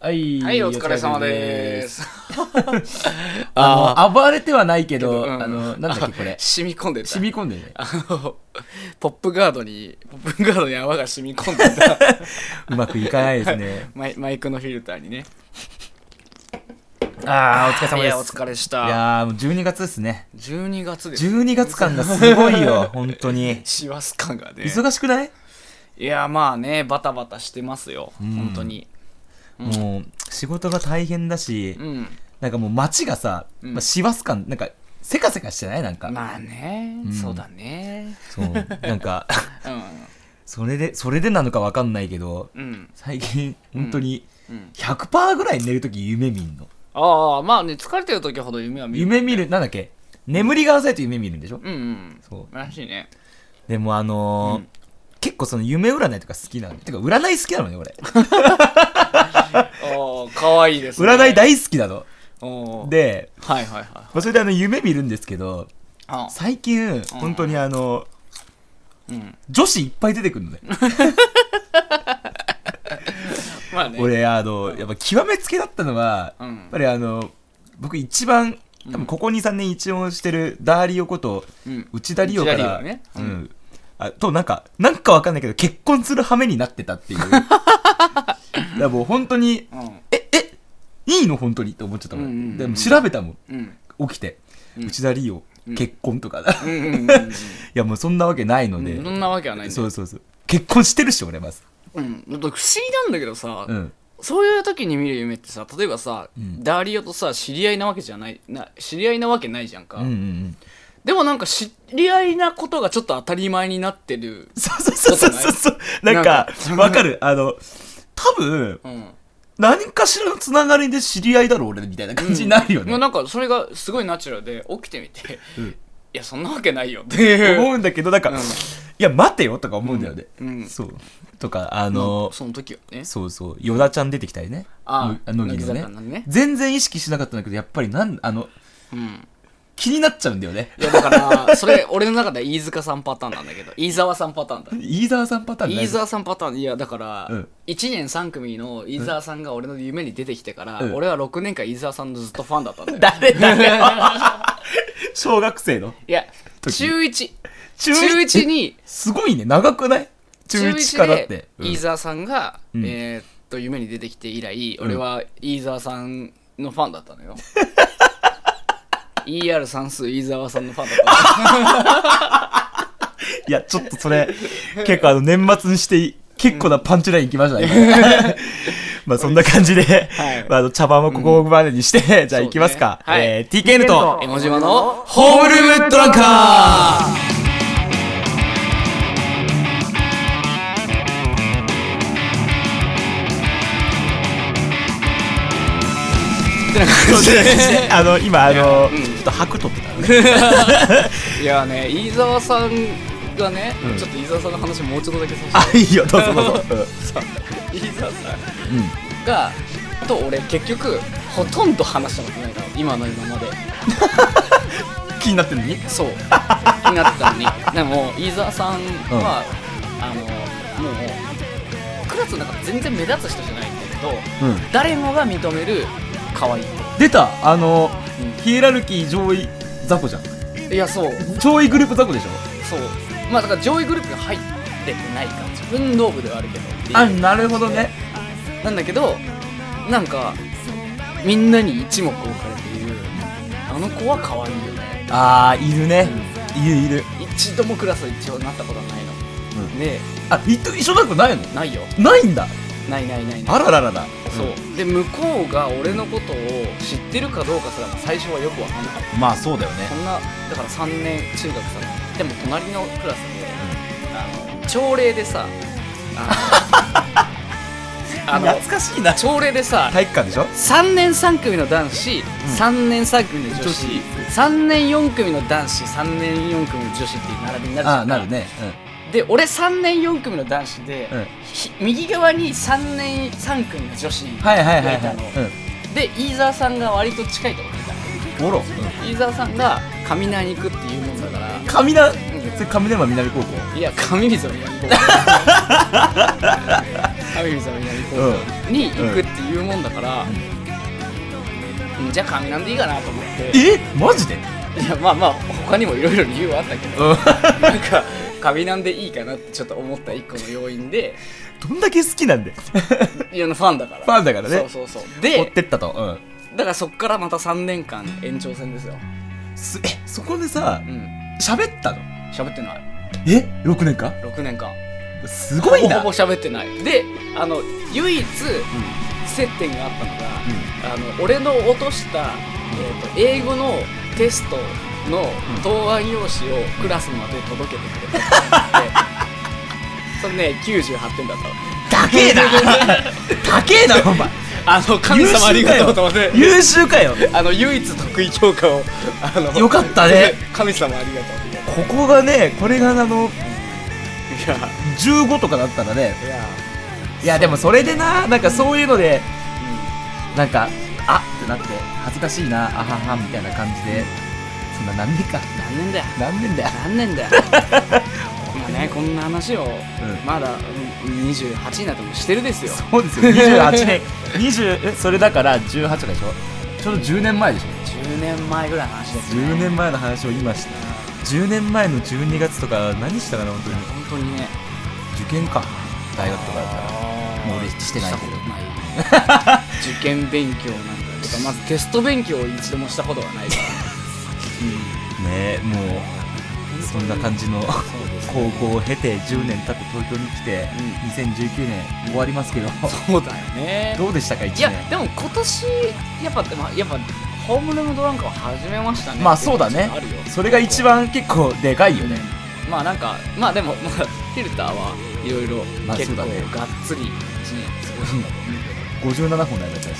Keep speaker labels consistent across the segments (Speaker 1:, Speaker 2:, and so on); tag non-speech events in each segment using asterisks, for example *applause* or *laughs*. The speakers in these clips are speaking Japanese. Speaker 1: はい、
Speaker 2: はい、お疲れ様でー
Speaker 1: お疲れ様です。
Speaker 2: す。 *laughs*
Speaker 1: あ
Speaker 2: あ
Speaker 1: の暴れてはないけど、
Speaker 2: けどうん。
Speaker 1: あの、なんだっけ、これ *laughs*
Speaker 2: 染み込んでた。
Speaker 1: 染み込んでるね。
Speaker 2: あの、 *laughs* ポップガードに、ポップガードに泡が染み込ん
Speaker 1: *laughs*
Speaker 2: でた。
Speaker 1: うまくいかないです
Speaker 2: *laughs*
Speaker 1: ね。
Speaker 2: マイマイクのフィルターにね。
Speaker 1: ああ、お疲れ様
Speaker 2: い
Speaker 1: で
Speaker 2: や、お
Speaker 1: す。
Speaker 2: 疲れし
Speaker 1: い
Speaker 2: た。
Speaker 1: やー、もう12月ですね。
Speaker 2: 12月です。
Speaker 1: 12月感がすごい
Speaker 2: *laughs*
Speaker 1: よ、本当に。
Speaker 2: 師走感がね。
Speaker 1: 忙しくない
Speaker 2: いや、まあね、バタバタしてますよ。
Speaker 1: ん
Speaker 2: 本当に。うん
Speaker 1: もう、仕事が大変だし
Speaker 2: う、ん。
Speaker 1: なんかもう街がさ、
Speaker 2: うん
Speaker 1: まあ、師走感、なんか、せかせかしてないなんか。
Speaker 2: まあね
Speaker 1: う、ん
Speaker 2: そうだね。
Speaker 1: そう、なんか、 *laughs*
Speaker 2: う
Speaker 1: それで、それでなのかわかんないけど、
Speaker 2: ん。うん。
Speaker 1: 最近、本当に、
Speaker 2: うん。
Speaker 1: 100%ぐらい寝るとき夢見んの。
Speaker 2: ああ、まあね、疲れてる時ほど夢は見る。
Speaker 1: 夢見る、なんだっけ眠りが浅いと夢見るんでしょ
Speaker 2: うんうん。
Speaker 1: そう。
Speaker 2: らしいね。
Speaker 1: でもあのー
Speaker 2: うん
Speaker 1: 結構その夢占いとか好きなの。てか占い好きなのね、俺。
Speaker 2: おー、かわいいですね。
Speaker 1: 占い大好きなの。
Speaker 2: おー
Speaker 1: で、
Speaker 2: はいはいはい。
Speaker 1: まあ、それであの、夢見るんですけど、
Speaker 2: あ
Speaker 1: 最近、本当にあの、
Speaker 2: うん。
Speaker 1: 女子いっぱい出てくるのね。
Speaker 2: まあね。
Speaker 1: 俺、あの、やっぱ極めつけだったのは、
Speaker 2: う
Speaker 1: やっ
Speaker 2: ん
Speaker 1: ぱ。りあの、僕一番、多分ここ2、3年一応してるダーリオこと、
Speaker 2: うん。
Speaker 1: 内田理央か
Speaker 2: 内田理
Speaker 1: ら、
Speaker 2: 央ね
Speaker 1: う。
Speaker 2: うん
Speaker 1: あと、なんか、なんかわかんないけど、結婚する羽目になってた
Speaker 2: *laughs*
Speaker 1: っていう。だからもう本当に、
Speaker 2: うん。
Speaker 1: え、え、いいの本当にって思っちゃったもん。
Speaker 2: うんうんうん
Speaker 1: でも調べたもん。
Speaker 2: うん。
Speaker 1: 起きて。
Speaker 2: うん
Speaker 1: 内田理央、
Speaker 2: うん
Speaker 1: 結婚とか。 *laughs* い
Speaker 2: うんうんうん
Speaker 1: や、もうそんなわけないの
Speaker 2: う
Speaker 1: で。
Speaker 2: ん。そんなわけはないんだ
Speaker 1: そ
Speaker 2: よ
Speaker 1: うそうそう。結婚してるし、俺、まず。
Speaker 2: うん。だって不思議なんだけどさ
Speaker 1: う、ん。
Speaker 2: そういう時に見る夢ってさ、例えばさ
Speaker 1: うん、
Speaker 2: ダーリオとさ、知り合いなわけじゃない、な、知り合いなわけないじゃんか
Speaker 1: うんうんう。ん。
Speaker 2: でもなんか知り合いなことがちょっと当たり前になってる。
Speaker 1: そうそうそうそうそう。
Speaker 2: ない
Speaker 1: なんか
Speaker 2: な、んか
Speaker 1: わかる。あの、多分、
Speaker 2: うん。
Speaker 1: 何かしらのつながりで知り合いだろ、俺、みたいな感じになるよ
Speaker 2: もう
Speaker 1: ね。
Speaker 2: なんかそれがすごいナチュラルで、起きてみて、
Speaker 1: うん
Speaker 2: いや、そんなわけないよってい
Speaker 1: *laughs*
Speaker 2: う。
Speaker 1: 思うんだけど、なんか、
Speaker 2: うん
Speaker 1: いや、待てよとか思うんだよね。
Speaker 2: うんうん
Speaker 1: そう。とか、あの、
Speaker 2: その時はね。
Speaker 1: そうそう、ヨダちゃん出てきたりね。
Speaker 2: ああ
Speaker 1: の乃木の
Speaker 2: 乃木坂の
Speaker 1: ね
Speaker 2: ね。
Speaker 1: 全然意識しなかったんだけど、やっぱりなん、あの、
Speaker 2: うん。
Speaker 1: 気になっちゃうんだよね。 *laughs*
Speaker 2: いやだから、それ、俺の中では飯塚さんパターンなんだけど、飯沢さんパターンだ。
Speaker 1: 飯沢さんパターンない
Speaker 2: 飯沢さんパターン、いやだから
Speaker 1: うん、
Speaker 2: 1年3組の飯沢さんが俺の夢に出てきてから
Speaker 1: うん、
Speaker 2: 俺は6年間飯沢さんのずっとファンだったんだよ。
Speaker 1: 誰だよ小学生の。
Speaker 2: *laughs* いや、
Speaker 1: 時
Speaker 2: 中1。
Speaker 1: 中
Speaker 2: 中1
Speaker 1: え
Speaker 2: に、
Speaker 1: すごいね、長くない中1からっ
Speaker 2: 中一で
Speaker 1: て。うん
Speaker 2: 飯沢さんが、
Speaker 1: うん
Speaker 2: えーっと、夢に出てきて以来、
Speaker 1: うん
Speaker 2: 俺は飯沢さんのファンだった
Speaker 1: *laughs*
Speaker 2: のよ。ER 算数飯沢さんのファンだったのよ。
Speaker 1: いや、ちょっとそれ、結構あの、年末にして、結構なパンチラインいきましたね。まあそんな感じで、
Speaker 2: はい
Speaker 1: まああの茶番もここまでにして、じゃあ
Speaker 2: そうね
Speaker 1: 行きますか。
Speaker 2: はい
Speaker 1: えー、TKN と、
Speaker 2: 江ノ島の
Speaker 1: ホームルームドランカーあの、今、あの、ちょっと白取ってたね。
Speaker 2: いやね、飯沢さんがね、
Speaker 1: ん
Speaker 2: ちょっと飯沢さんの話もうちょっとだけさせ
Speaker 1: あ、
Speaker 2: て
Speaker 1: いいよ、どうぞどうぞ。
Speaker 2: 飯沢さん
Speaker 1: うん。
Speaker 2: がと俺結局ほとんど話したことないの今の今まで
Speaker 1: 気になってるのに
Speaker 2: そう気になってたのにでも飯沢さんは、あのもうクラスの中で全然目立つ人じゃないんだけど、
Speaker 1: うん
Speaker 2: 誰もが認める可愛い
Speaker 1: 出たあの、
Speaker 2: うん
Speaker 1: ヒエラルキー上位雑魚じゃん。
Speaker 2: いやそう
Speaker 1: 上位グループ雑魚でしょ
Speaker 2: そうまあだから上位グループが入ってない感じ運動部ではあるけどっていう
Speaker 1: あ、なるほどね。
Speaker 2: なんだけどなんかみんなに一目置かれているあの子は可愛いよね
Speaker 1: あー、いるね。いるいる。
Speaker 2: 一度もクラス一応なったことはないの、
Speaker 1: うん
Speaker 2: で
Speaker 1: あ、い一緒なことないの
Speaker 2: ないよ
Speaker 1: ないんだ。
Speaker 2: ないないないない
Speaker 1: あらららら。
Speaker 2: そう、で向こうが俺のことを知ってるかどうかすらも最初はよく分かんなかっ
Speaker 1: うん。まあ、そうだよ
Speaker 2: た
Speaker 1: ね
Speaker 2: そ。んなだから3年中学さでも隣のクラスで、あの朝礼でさ
Speaker 1: *laughs*
Speaker 2: あのあの
Speaker 1: 懐かしいな。
Speaker 2: 朝礼でさ
Speaker 1: 体育館でしょ
Speaker 2: 3年3組の男子、3年3組の女子
Speaker 1: 女子
Speaker 2: 3年4組の男子3年4組の女子っていう並びになるじゃん
Speaker 1: あー、なるね。
Speaker 2: で俺3年4組の男子で、
Speaker 1: うん
Speaker 2: ひ右側に3年3組の女子
Speaker 1: うん。はいはいはい
Speaker 2: が
Speaker 1: はい
Speaker 2: たの。で飯沢さんが割と近いところにいた
Speaker 1: うん。おろ。うん。
Speaker 2: の飯沢さんが上名に行くっていうもんだから
Speaker 1: 神田、
Speaker 2: *laughs*
Speaker 1: それ神田山南高校。
Speaker 2: いや上水をやる雨水の南高校に行くっていうもんだから、うんじゃあ神なんでいいかなと思って
Speaker 1: えマジで
Speaker 2: いやまあまあ他にもいろいろ理由はあったけ
Speaker 1: *laughs*
Speaker 2: ど
Speaker 1: うん
Speaker 2: なんか神なんでいいかなってちょっと思った一個の要因で
Speaker 1: *laughs* どんだけ好きなんで
Speaker 2: いやファンだから
Speaker 1: ファンだからね
Speaker 2: そうそうそう
Speaker 1: 持っ
Speaker 2: で
Speaker 1: てったと、うん
Speaker 2: だからそっからまた3年間延長戦ですよ
Speaker 1: すえそこでさ
Speaker 2: うん
Speaker 1: 喋ったの
Speaker 2: 喋ってない
Speaker 1: え6年間
Speaker 2: 6年間
Speaker 1: すごいな
Speaker 2: ほぼ喋ってないであの唯一接点があったのが、あの俺の落とした、えー、と英語のテストの答案用紙をクラスまで届けて
Speaker 1: *laughs*
Speaker 2: くれた、でそれね98点だったの
Speaker 1: 高え
Speaker 2: *laughs*
Speaker 1: な高えなお前
Speaker 2: あの神様ありがとうと思って
Speaker 1: 優秀かよ
Speaker 2: あの唯一得意教科をあの
Speaker 1: よかったね
Speaker 2: *laughs* 神様ありがとうみたい
Speaker 1: ここがねこれがあの
Speaker 2: ない
Speaker 1: 15とかだったらね
Speaker 2: やいや
Speaker 1: いやでもそれでななんかそういうのでなんかあってなって恥ずかしいなあははみたいな感じでそんな何年か
Speaker 2: 何年だよ
Speaker 1: 何年だよ
Speaker 2: 何年だよまあねこんな話を、
Speaker 1: ん
Speaker 2: まだうん28になってもしてるですよ
Speaker 1: そうですよ28年 *laughs* 20えそれだから18とかでしょちょうど10年前でしょ
Speaker 2: 10年前ぐらいの話ですね
Speaker 1: 10年前の話を今した10年前の12月とか何したかな本当に
Speaker 2: 本当にね
Speaker 1: 受験か大学とかだったら
Speaker 2: あー
Speaker 1: もう俺してないけど
Speaker 2: しことない受験勉強なんかとかまずテスト勉強を一度もしたことがないから
Speaker 1: ねえもうそんな感じの
Speaker 2: そうです
Speaker 1: 高校を経て10年経って東京に来て、2019年終わり *laughs* ますけど、
Speaker 2: そうだよね
Speaker 1: どうでしたか1
Speaker 2: いや
Speaker 1: 年
Speaker 2: でも今年やっぱまあやっぱホームルームドランカーを始めましたね
Speaker 1: まあそうだ
Speaker 2: ってい
Speaker 1: ね
Speaker 2: のがあるよ
Speaker 1: それが一番結構でかいよね
Speaker 2: まあなんかまあでも、まあ、フィルターはいろいろ
Speaker 1: まあそ
Speaker 2: 結
Speaker 1: う
Speaker 2: 構
Speaker 1: だね
Speaker 2: がっつり1年過ごしたと思
Speaker 1: 57本投げちゃい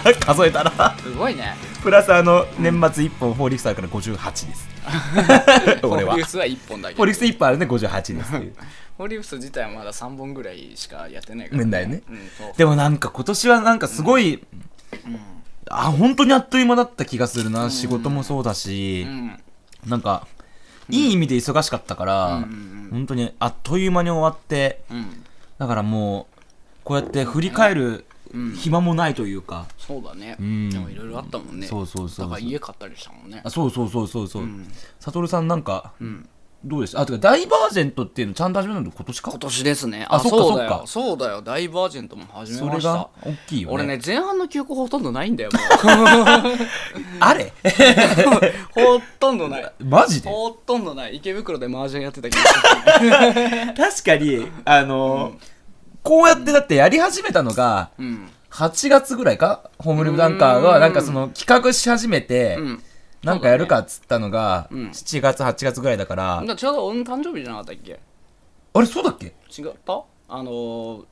Speaker 1: ました *laughs* 数えたら
Speaker 2: うすごいね
Speaker 1: プラスあの年末1本フォーリクサーから58です *laughs* 俺は
Speaker 2: ホリウ
Speaker 1: フ
Speaker 2: スは1本だけ
Speaker 1: ォーリクス1本あるね58ですっていう
Speaker 2: ホリウス自体はまだ3本ぐらいしかやってないから
Speaker 1: 年代ね
Speaker 2: うんそう
Speaker 1: でもなんか今年はなんかすごい、あ本当にあっという間だった気がするな、仕事もそうだし
Speaker 2: う、ん
Speaker 1: なんかいい意味で忙しかったから、
Speaker 2: うんうん
Speaker 1: 本当にあっという間に終わって
Speaker 2: うん
Speaker 1: だからもうこうやって振り返る暇もないというか、
Speaker 2: そうだね、
Speaker 1: ん
Speaker 2: でもいろいろあったもんね
Speaker 1: そうそうそうそう
Speaker 2: だから家買ったりしたもんね
Speaker 1: あそうそうそうそうそう、サトルさんなんか、
Speaker 2: ん
Speaker 1: どうでしたあてかダイバージェントっていうのちゃんと始めたの今年か
Speaker 2: 今年ですね
Speaker 1: あそっか
Speaker 2: うだよ
Speaker 1: そっか
Speaker 2: そうだよダイバージェントも始
Speaker 1: そ
Speaker 2: めま
Speaker 1: れ
Speaker 2: した
Speaker 1: が大きいよね
Speaker 2: 俺ね前半の記憶ほとんどないんだよも
Speaker 1: あれ *laughs*
Speaker 2: うほとんどない
Speaker 1: マジで
Speaker 2: ほとんどない池袋で麻雀やってたけど
Speaker 1: 確かにあのーこうやってだってやり始めたのが
Speaker 2: うん
Speaker 1: 8月ぐらいかホームルームダンカーがなんかその企画し始めて、
Speaker 2: うん
Speaker 1: なんかやるかっつったのが、
Speaker 2: うん
Speaker 1: 7月8月ぐらいだから、
Speaker 2: だからちょうど俺の誕生日じゃなかったっけ
Speaker 1: あれそうだっけ
Speaker 2: 違ったあのー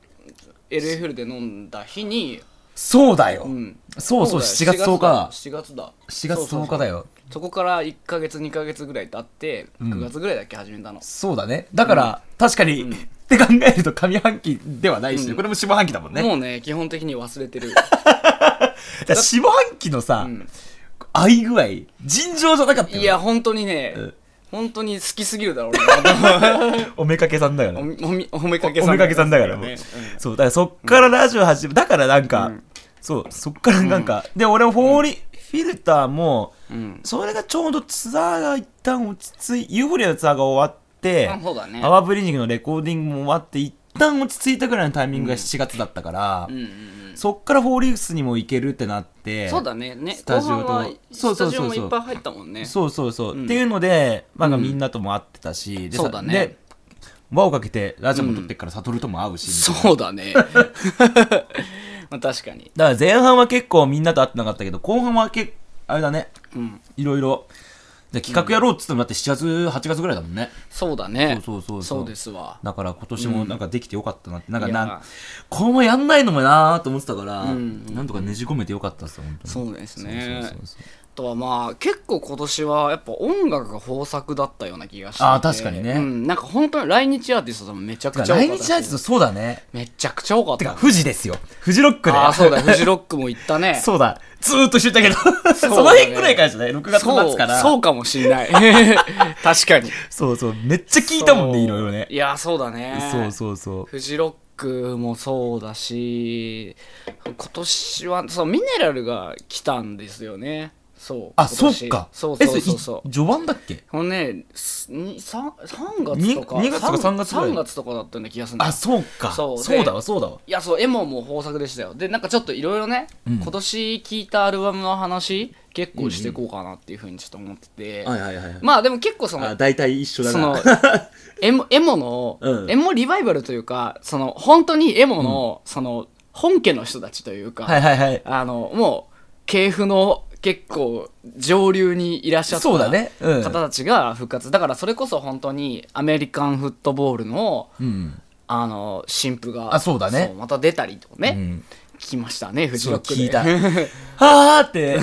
Speaker 2: LFL で飲んだ日に、
Speaker 1: そうだよ、
Speaker 2: うん、
Speaker 1: そうそう7月10日
Speaker 2: 7月だ
Speaker 1: 7月10日だよ
Speaker 2: そこから1か月2か月ぐらい経って9月ぐらいだっけ始めたの、
Speaker 1: そうだねだから、確かに、って考えると上半期ではないし、これも下半期だもんね
Speaker 2: もうね基本的に忘れ
Speaker 1: *laughs*
Speaker 2: てる
Speaker 1: だから下半期のさ、
Speaker 2: ん
Speaker 1: 合い具合尋常じゃなかったよ
Speaker 2: いや本当にね、
Speaker 1: ん
Speaker 2: 本当に好きすぎるだろう
Speaker 1: おめかけさんだよ
Speaker 2: な
Speaker 1: ね
Speaker 2: *laughs* おみおみおめかけ
Speaker 1: お
Speaker 2: さん
Speaker 1: めかけさんだからもう、
Speaker 2: ね
Speaker 1: そうだからそっからラジオ始めだからなんか、そうそっからなんか、で俺もフォーリ、フィルターも、
Speaker 2: うん、うん
Speaker 1: それがちょうどツアーが一旦落ち着いユーフォリアのツアーが終わって
Speaker 2: あそうだね
Speaker 1: アワーブリーニングのレコーディングも終わって一旦落ち着いたぐらいのタイミングが7月だったから、
Speaker 2: うんうんうん
Speaker 1: そっからフォーリーフスにも行けるってなって
Speaker 2: そうだねね
Speaker 1: スタジオと
Speaker 2: 後半は
Speaker 1: そうそ
Speaker 2: スタ
Speaker 1: うそう
Speaker 2: ジ
Speaker 1: そ
Speaker 2: オ
Speaker 1: う
Speaker 2: もいっぱい入ったもんね
Speaker 1: そうそうそう、
Speaker 2: ん
Speaker 1: っていうので、まあ、みんなとも会ってたし、でさ
Speaker 2: そうだね
Speaker 1: で輪をかけてラジオも撮ってっから悟るとも会うし、
Speaker 2: そうだね *laughs* まあ確かに
Speaker 1: だから前半は結構みんなと会ってなかったけど後半は結あれだね
Speaker 2: うん
Speaker 1: いろいろで企画やろうっつってもだって7月8月ぐらいだもんね、
Speaker 2: そうだね
Speaker 1: そうそうそうそう
Speaker 2: ですわ
Speaker 1: だから今年もなんかできてよかったなって、なんか
Speaker 2: い
Speaker 1: なん
Speaker 2: や
Speaker 1: このままやんないのもなーと思ってたから、
Speaker 2: うん
Speaker 1: なんとかねじ込めてよかったっすよ本当に
Speaker 2: そうですね
Speaker 1: そうそうそうそう
Speaker 2: あとはまあ結構今年はやっぱ音楽が豊作だったような気がしてて
Speaker 1: あー確かにね
Speaker 2: うん、なんか本当に来日アーティストともめちゃく
Speaker 1: だ
Speaker 2: ちゃ
Speaker 1: か
Speaker 2: 多
Speaker 1: ら
Speaker 2: か
Speaker 1: 来
Speaker 2: った
Speaker 1: 日アーティストそうだね
Speaker 2: めちゃくちゃ多かってた
Speaker 1: か富士ですよ富士ロックで
Speaker 2: ああそうだよフジロックも行った
Speaker 1: *laughs*
Speaker 2: ね
Speaker 1: そうだずーっと一緒にいたけど
Speaker 2: *laughs*
Speaker 1: そ,、
Speaker 2: ね
Speaker 1: の辺ぐらいからじゃない6月
Speaker 2: そ
Speaker 1: 末
Speaker 2: う
Speaker 1: から
Speaker 2: そうかもしんない *laughs* 確かに
Speaker 1: そうそうめっちゃ聞いたもんねいろいろね
Speaker 2: いやそうだね
Speaker 1: そうそうそう
Speaker 2: フジロックもそうだし今年はそうミネラルが来たんですよねそう
Speaker 1: あ、
Speaker 2: 今
Speaker 1: そっ
Speaker 2: 年
Speaker 1: か。
Speaker 2: そうそ
Speaker 1: え
Speaker 2: うそうそう
Speaker 1: い序盤だっけ
Speaker 2: このねすにさ三
Speaker 1: に
Speaker 2: 月とか
Speaker 1: 二月とか三月ぐらい
Speaker 2: 三月とかだったんな気がするんだよ
Speaker 1: あ、そうか。
Speaker 2: そうで
Speaker 1: そうだわ、そうだわ。
Speaker 2: いやそうエモも豊作でしたよでなんかちょっといろいろね、
Speaker 1: うん
Speaker 2: 今年聴いたアルバムの話結構していこうかなっていうふうにちょっと思ってて、
Speaker 1: はいはいはい。
Speaker 2: まあでも結構その
Speaker 1: あ、大体一緒だ
Speaker 2: そ *laughs*
Speaker 1: な
Speaker 2: の。
Speaker 1: *laughs*
Speaker 2: エモエモの、
Speaker 1: うん
Speaker 2: エモリバイバルというかその本当にエモの、その本家の人たちというか、
Speaker 1: はいはいはい。
Speaker 2: あのもう系譜の結構上流にいらっしゃった
Speaker 1: そうだねうん
Speaker 2: 方たちが復活だからそれこそ本当にアメリカンフットボールの
Speaker 1: うん。
Speaker 2: あの新婦が
Speaker 1: あそうだね
Speaker 2: また出たりとかね、
Speaker 1: うん
Speaker 2: 聞きましたねフジロッ
Speaker 1: そ
Speaker 2: ク
Speaker 1: う聞
Speaker 2: で
Speaker 1: い
Speaker 2: *laughs*
Speaker 1: たあーって。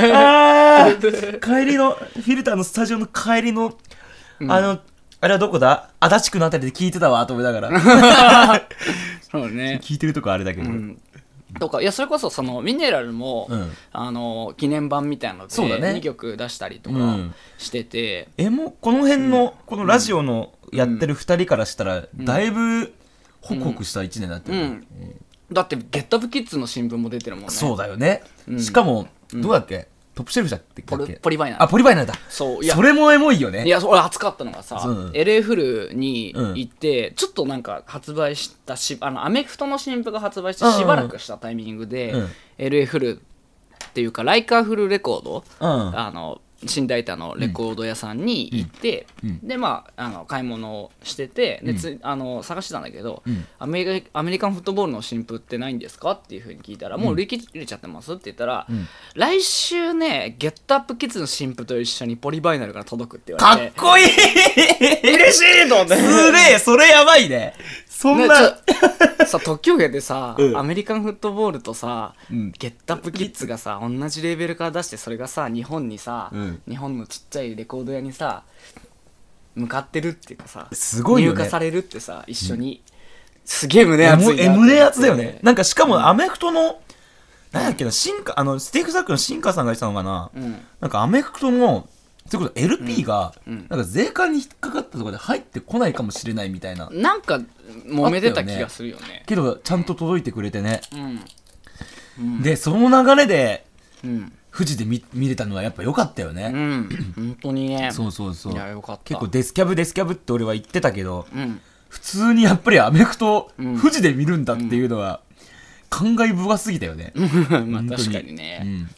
Speaker 1: あ
Speaker 2: *laughs*
Speaker 1: ー帰りの、フィルターのスタジオの帰りの、あの、あれはどこだ足立区のあたりで聞いてたわ、と思いなが
Speaker 2: *laughs*
Speaker 1: ら。
Speaker 2: そうね
Speaker 1: 聞いてるとこあれだけど。
Speaker 2: んとかいやそれこそそのミネラルも、
Speaker 1: うん
Speaker 2: あの記念版みたいなので
Speaker 1: そうだね
Speaker 2: 2曲出したりと
Speaker 1: う
Speaker 2: か
Speaker 1: ん
Speaker 2: してて、
Speaker 1: えもうこの辺の、このラジオのやってる2人からしたら、だいぶホクホクした1年だったよね、
Speaker 2: うんだって「ゲットアップキッズ」の新聞も出てるもんね
Speaker 1: そうだよね、しかもどうだっけ、トップシェルフだっけ
Speaker 2: ポルポリバイナ
Speaker 1: あポリバイナだ
Speaker 2: そういや
Speaker 1: それもエモいよね
Speaker 2: いやそう俺熱かったのがさ、
Speaker 1: うん
Speaker 2: LA フルに行って、ちょっとなんか発売したしあのアメフトの新譜が発売して
Speaker 1: うんうん
Speaker 2: しばらくしたタイミングで、
Speaker 1: うん
Speaker 2: LA フルっていうかライカーフルレコード、
Speaker 1: うん
Speaker 2: あの新大田のレコード屋さんに行って、でまああの買い物をしててでつ、あの探してたんだけど、
Speaker 1: ん
Speaker 2: アメリカ「アメリカンフットボールの新譜ってないんですか?」っていうふうに聞いたら「もう売り切れちゃってます?」って言ったら、来週ね「ゲットアップキッズの新譜と一緒にポリバイナルが届く」って言
Speaker 1: か
Speaker 2: わ
Speaker 1: っ
Speaker 2: れて
Speaker 1: こいい
Speaker 2: 嬉しいと思って
Speaker 1: すげえそれやばいねそん
Speaker 2: ね
Speaker 1: な、
Speaker 2: ちょ *laughs* さ時を経てさ、
Speaker 1: うん
Speaker 2: アメリカンフットボールとさ、
Speaker 1: うん
Speaker 2: ゲットアップキッズがさ同じレーベルから出してそれがさ日本にさ、
Speaker 1: うん
Speaker 2: 日本のちっちゃいレコード屋にさ向かってるっていうかさ
Speaker 1: すごいよね
Speaker 2: 入荷されるってさ一緒に、すげえ胸
Speaker 1: エ
Speaker 2: 熱いな
Speaker 1: モ
Speaker 2: って
Speaker 1: エモレアツだよねなんかしかもアメフトの、なんだっけな進化あのステークサックのシンカーさんが言ってたのかな、
Speaker 2: うん
Speaker 1: なんかアメフトのそれこそ LP が、
Speaker 2: うん
Speaker 1: なんか税関に引っかかったとかで入ってこないかもしれないみたいな、
Speaker 2: なんか揉めてた気がするよね
Speaker 1: けどちゃんと届いてくれてね、
Speaker 2: うん
Speaker 1: でその流れで
Speaker 2: うん
Speaker 1: 富士で見見れたのはやっぱ良かったよ
Speaker 2: う
Speaker 1: ね、
Speaker 2: ん本当にね
Speaker 1: そうそうそう
Speaker 2: いやよかった
Speaker 1: 結構デスキャブデスキャブって俺は言ってたけど、
Speaker 2: うん *laughs*
Speaker 1: 普通にやっぱりアメフト、
Speaker 2: うん
Speaker 1: 富士で見るんだっていうのは、感慨深すぎたよね、
Speaker 2: まあ
Speaker 1: 本当
Speaker 2: 確かにね、
Speaker 1: うん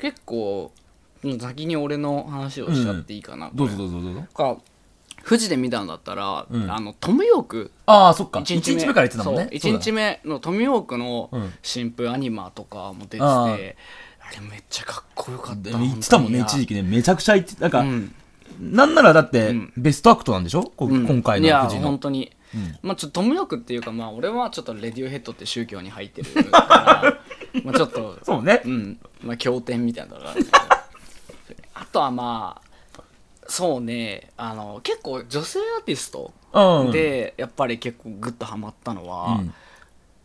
Speaker 2: 結構もう先に俺の話をしちゃっていいかな、
Speaker 1: どうぞどうぞどうぞ
Speaker 2: か富士で見たんだったら、
Speaker 1: うん
Speaker 2: あのトム・ヨーク
Speaker 1: ああそっか
Speaker 2: 1
Speaker 1: 1
Speaker 2: 日
Speaker 1: 日
Speaker 2: 目
Speaker 1: 目から言ってたもんね
Speaker 2: そう1日
Speaker 1: 目
Speaker 2: 目のトム・ヨークの
Speaker 1: うん
Speaker 2: 新婦アニマとかも出てて、
Speaker 1: あ
Speaker 2: あ
Speaker 1: あ
Speaker 2: れめっちゃかっこよかった
Speaker 1: 言ってたもんね
Speaker 2: 本当
Speaker 1: 一
Speaker 2: に
Speaker 1: 時期ねめちゃくちゃ言ってなんか、
Speaker 2: うん
Speaker 1: なんならだって、
Speaker 2: ん
Speaker 1: ベストアクトなんでしょ、こ
Speaker 2: うん
Speaker 1: 今回
Speaker 2: い
Speaker 1: の
Speaker 2: や
Speaker 1: 富士
Speaker 2: 本
Speaker 1: の。
Speaker 2: 当に、
Speaker 1: ん
Speaker 2: まあちょっとトム・ヨークっていうかまあ俺はちょっとレディオヘッドって宗教に入ってる
Speaker 1: *laughs*
Speaker 2: からまあちょっと
Speaker 1: そうね
Speaker 2: う。んまあ経典みたいなのがあるんだけどあとはまあそうねあの結構女性アーティスト
Speaker 1: うん。
Speaker 2: でやっぱり結構グッとハマったのは、
Speaker 1: うん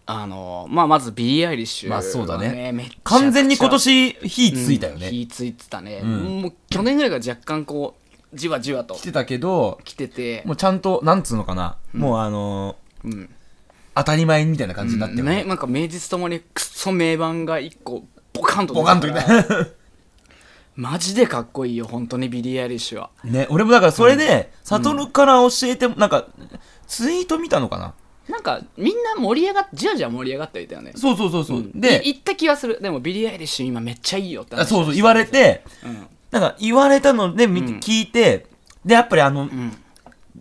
Speaker 2: あのまあ、まずビリー・アイリッシュ
Speaker 1: ま
Speaker 2: が、
Speaker 1: あそうだね
Speaker 2: めっちゃくちゃ
Speaker 1: 完全に今年火ついたよ
Speaker 2: う
Speaker 1: ね。
Speaker 2: ん
Speaker 1: 来
Speaker 2: 火ついてたね、
Speaker 1: ん
Speaker 2: もう去年ぐらいが若干こうじわじわと
Speaker 1: てたけど、
Speaker 2: 来てて
Speaker 1: もうちゃんと、なんつうのかな、もうあのー
Speaker 2: うん
Speaker 1: 当たり前みたいな感じになってる
Speaker 2: ね、なんか名実ともにクソ名盤が一個ボカンと出
Speaker 1: ボ
Speaker 2: たか
Speaker 1: カ
Speaker 2: ら
Speaker 1: ンといた。
Speaker 2: *laughs* マジでかっこいいよ本当にビリー・アイリッシュは
Speaker 1: ね、俺もだからそれで、サトルから教えても、なんか、ツイート見たのかな
Speaker 2: なんかみんな盛り上がってじわじわ盛り上がっていたよね
Speaker 1: そうそうそうそう。
Speaker 2: で
Speaker 1: で、
Speaker 2: 言った気はするでもビリー・アイリッシュ今めっちゃいいよって
Speaker 1: あ
Speaker 2: 話
Speaker 1: そうそう、言われて、
Speaker 2: うん
Speaker 1: なんか言われたので、み聞いて、で、やっぱりあの、
Speaker 2: ん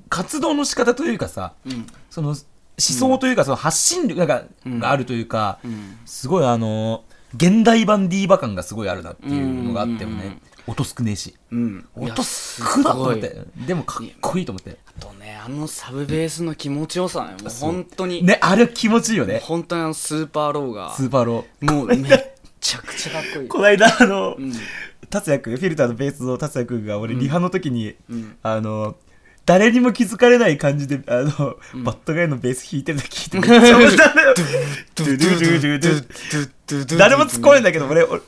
Speaker 1: 活動の仕方というかさ、
Speaker 2: うん
Speaker 1: その思想というか、その発信力が,、があるというか、
Speaker 2: ん
Speaker 1: すごいあの現代版ディーバ感がすごいあるなっていうのがあっても
Speaker 2: うんうん
Speaker 1: ね、音少ねえし
Speaker 2: うんいや
Speaker 1: 音少なと思っ
Speaker 2: す
Speaker 1: て
Speaker 2: ごい
Speaker 1: でもかっこいいと思って
Speaker 2: あとねあのサブベースの気持ちよさねもう本当に、
Speaker 1: ねあれ気持ちいいよね
Speaker 2: 本当にあのスーパーローが
Speaker 1: スーパーロー
Speaker 2: もうめっちゃくちゃかっこいい
Speaker 1: こないだあの、
Speaker 2: ん
Speaker 1: 達也くんフィルターのベースの達也くんが俺リハの時に、あの誰にも気づかれない感じで、あの、バッドガイのベース弾いてるの聞い
Speaker 2: *laughs*
Speaker 1: てめっちゃ面白いんだよ。ドゥドゥドゥドゥドゥ *laughs* 誰も突っ込めんだけど俺
Speaker 2: *laughs*
Speaker 1: 俺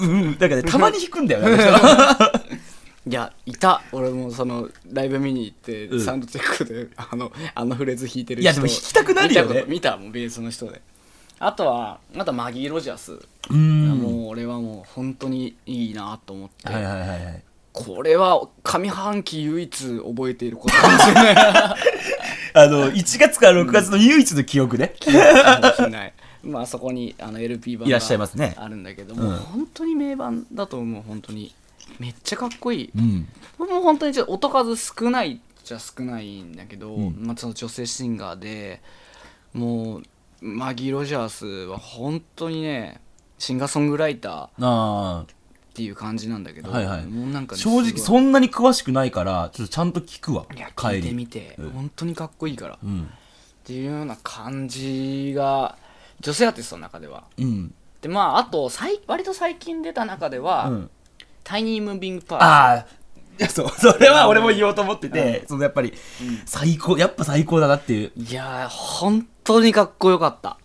Speaker 1: うんなんかねたまに弾くんだよね
Speaker 2: いやいた俺もそのライブ見に行って、
Speaker 1: うん
Speaker 2: サウンドチェックであのあのフレーズ弾いてる人
Speaker 1: いやでも弾きたくなるよね
Speaker 2: 見たこと見たもんベースの人であとはあとはマギー・ロジャース、
Speaker 1: う
Speaker 2: いや
Speaker 1: ん
Speaker 2: もう俺はもう本当にいいなと思って、
Speaker 1: はいはいはいはい
Speaker 2: これは上半期唯一覚えていることかもしれない
Speaker 1: あの1月から6月の唯一の記憶ね、
Speaker 2: かもしれないまあそこにあの LP 版
Speaker 1: いらっしゃいますね
Speaker 2: あるんだけど
Speaker 1: う
Speaker 2: も、
Speaker 1: ん
Speaker 2: 本当に名盤だと思う本当にめっちゃかっこいい
Speaker 1: うん、
Speaker 2: もう本当にちょっと音数少ないじゃ少ないんだけど、
Speaker 1: うん
Speaker 2: まあ、その女性シンガーでもうマギー・ロジャースは本当にねシンガーソングライターっ
Speaker 1: あ
Speaker 2: ていう感じなんだけど、
Speaker 1: はいはい
Speaker 2: もうなん
Speaker 1: あ
Speaker 2: かね、
Speaker 1: 正直
Speaker 2: そ
Speaker 1: そんなに詳しくないからちょっとちゃんと聞くわ
Speaker 2: いや聞
Speaker 1: 帰
Speaker 2: いてみ
Speaker 1: り
Speaker 2: て、
Speaker 1: うん
Speaker 2: 本当にかっこいいから、
Speaker 1: う
Speaker 2: っ
Speaker 1: ん
Speaker 2: ていうような感じが女性アーティストの中では
Speaker 1: うん
Speaker 2: でまああと最割と最近出た中では、
Speaker 1: うん
Speaker 2: タイニームービングパーツ
Speaker 1: ああいやそう *laughs* それは俺も言おうと思ってて、そのやっぱり、最高やっぱ最高だなっていう
Speaker 2: いやー本当にかっこよかった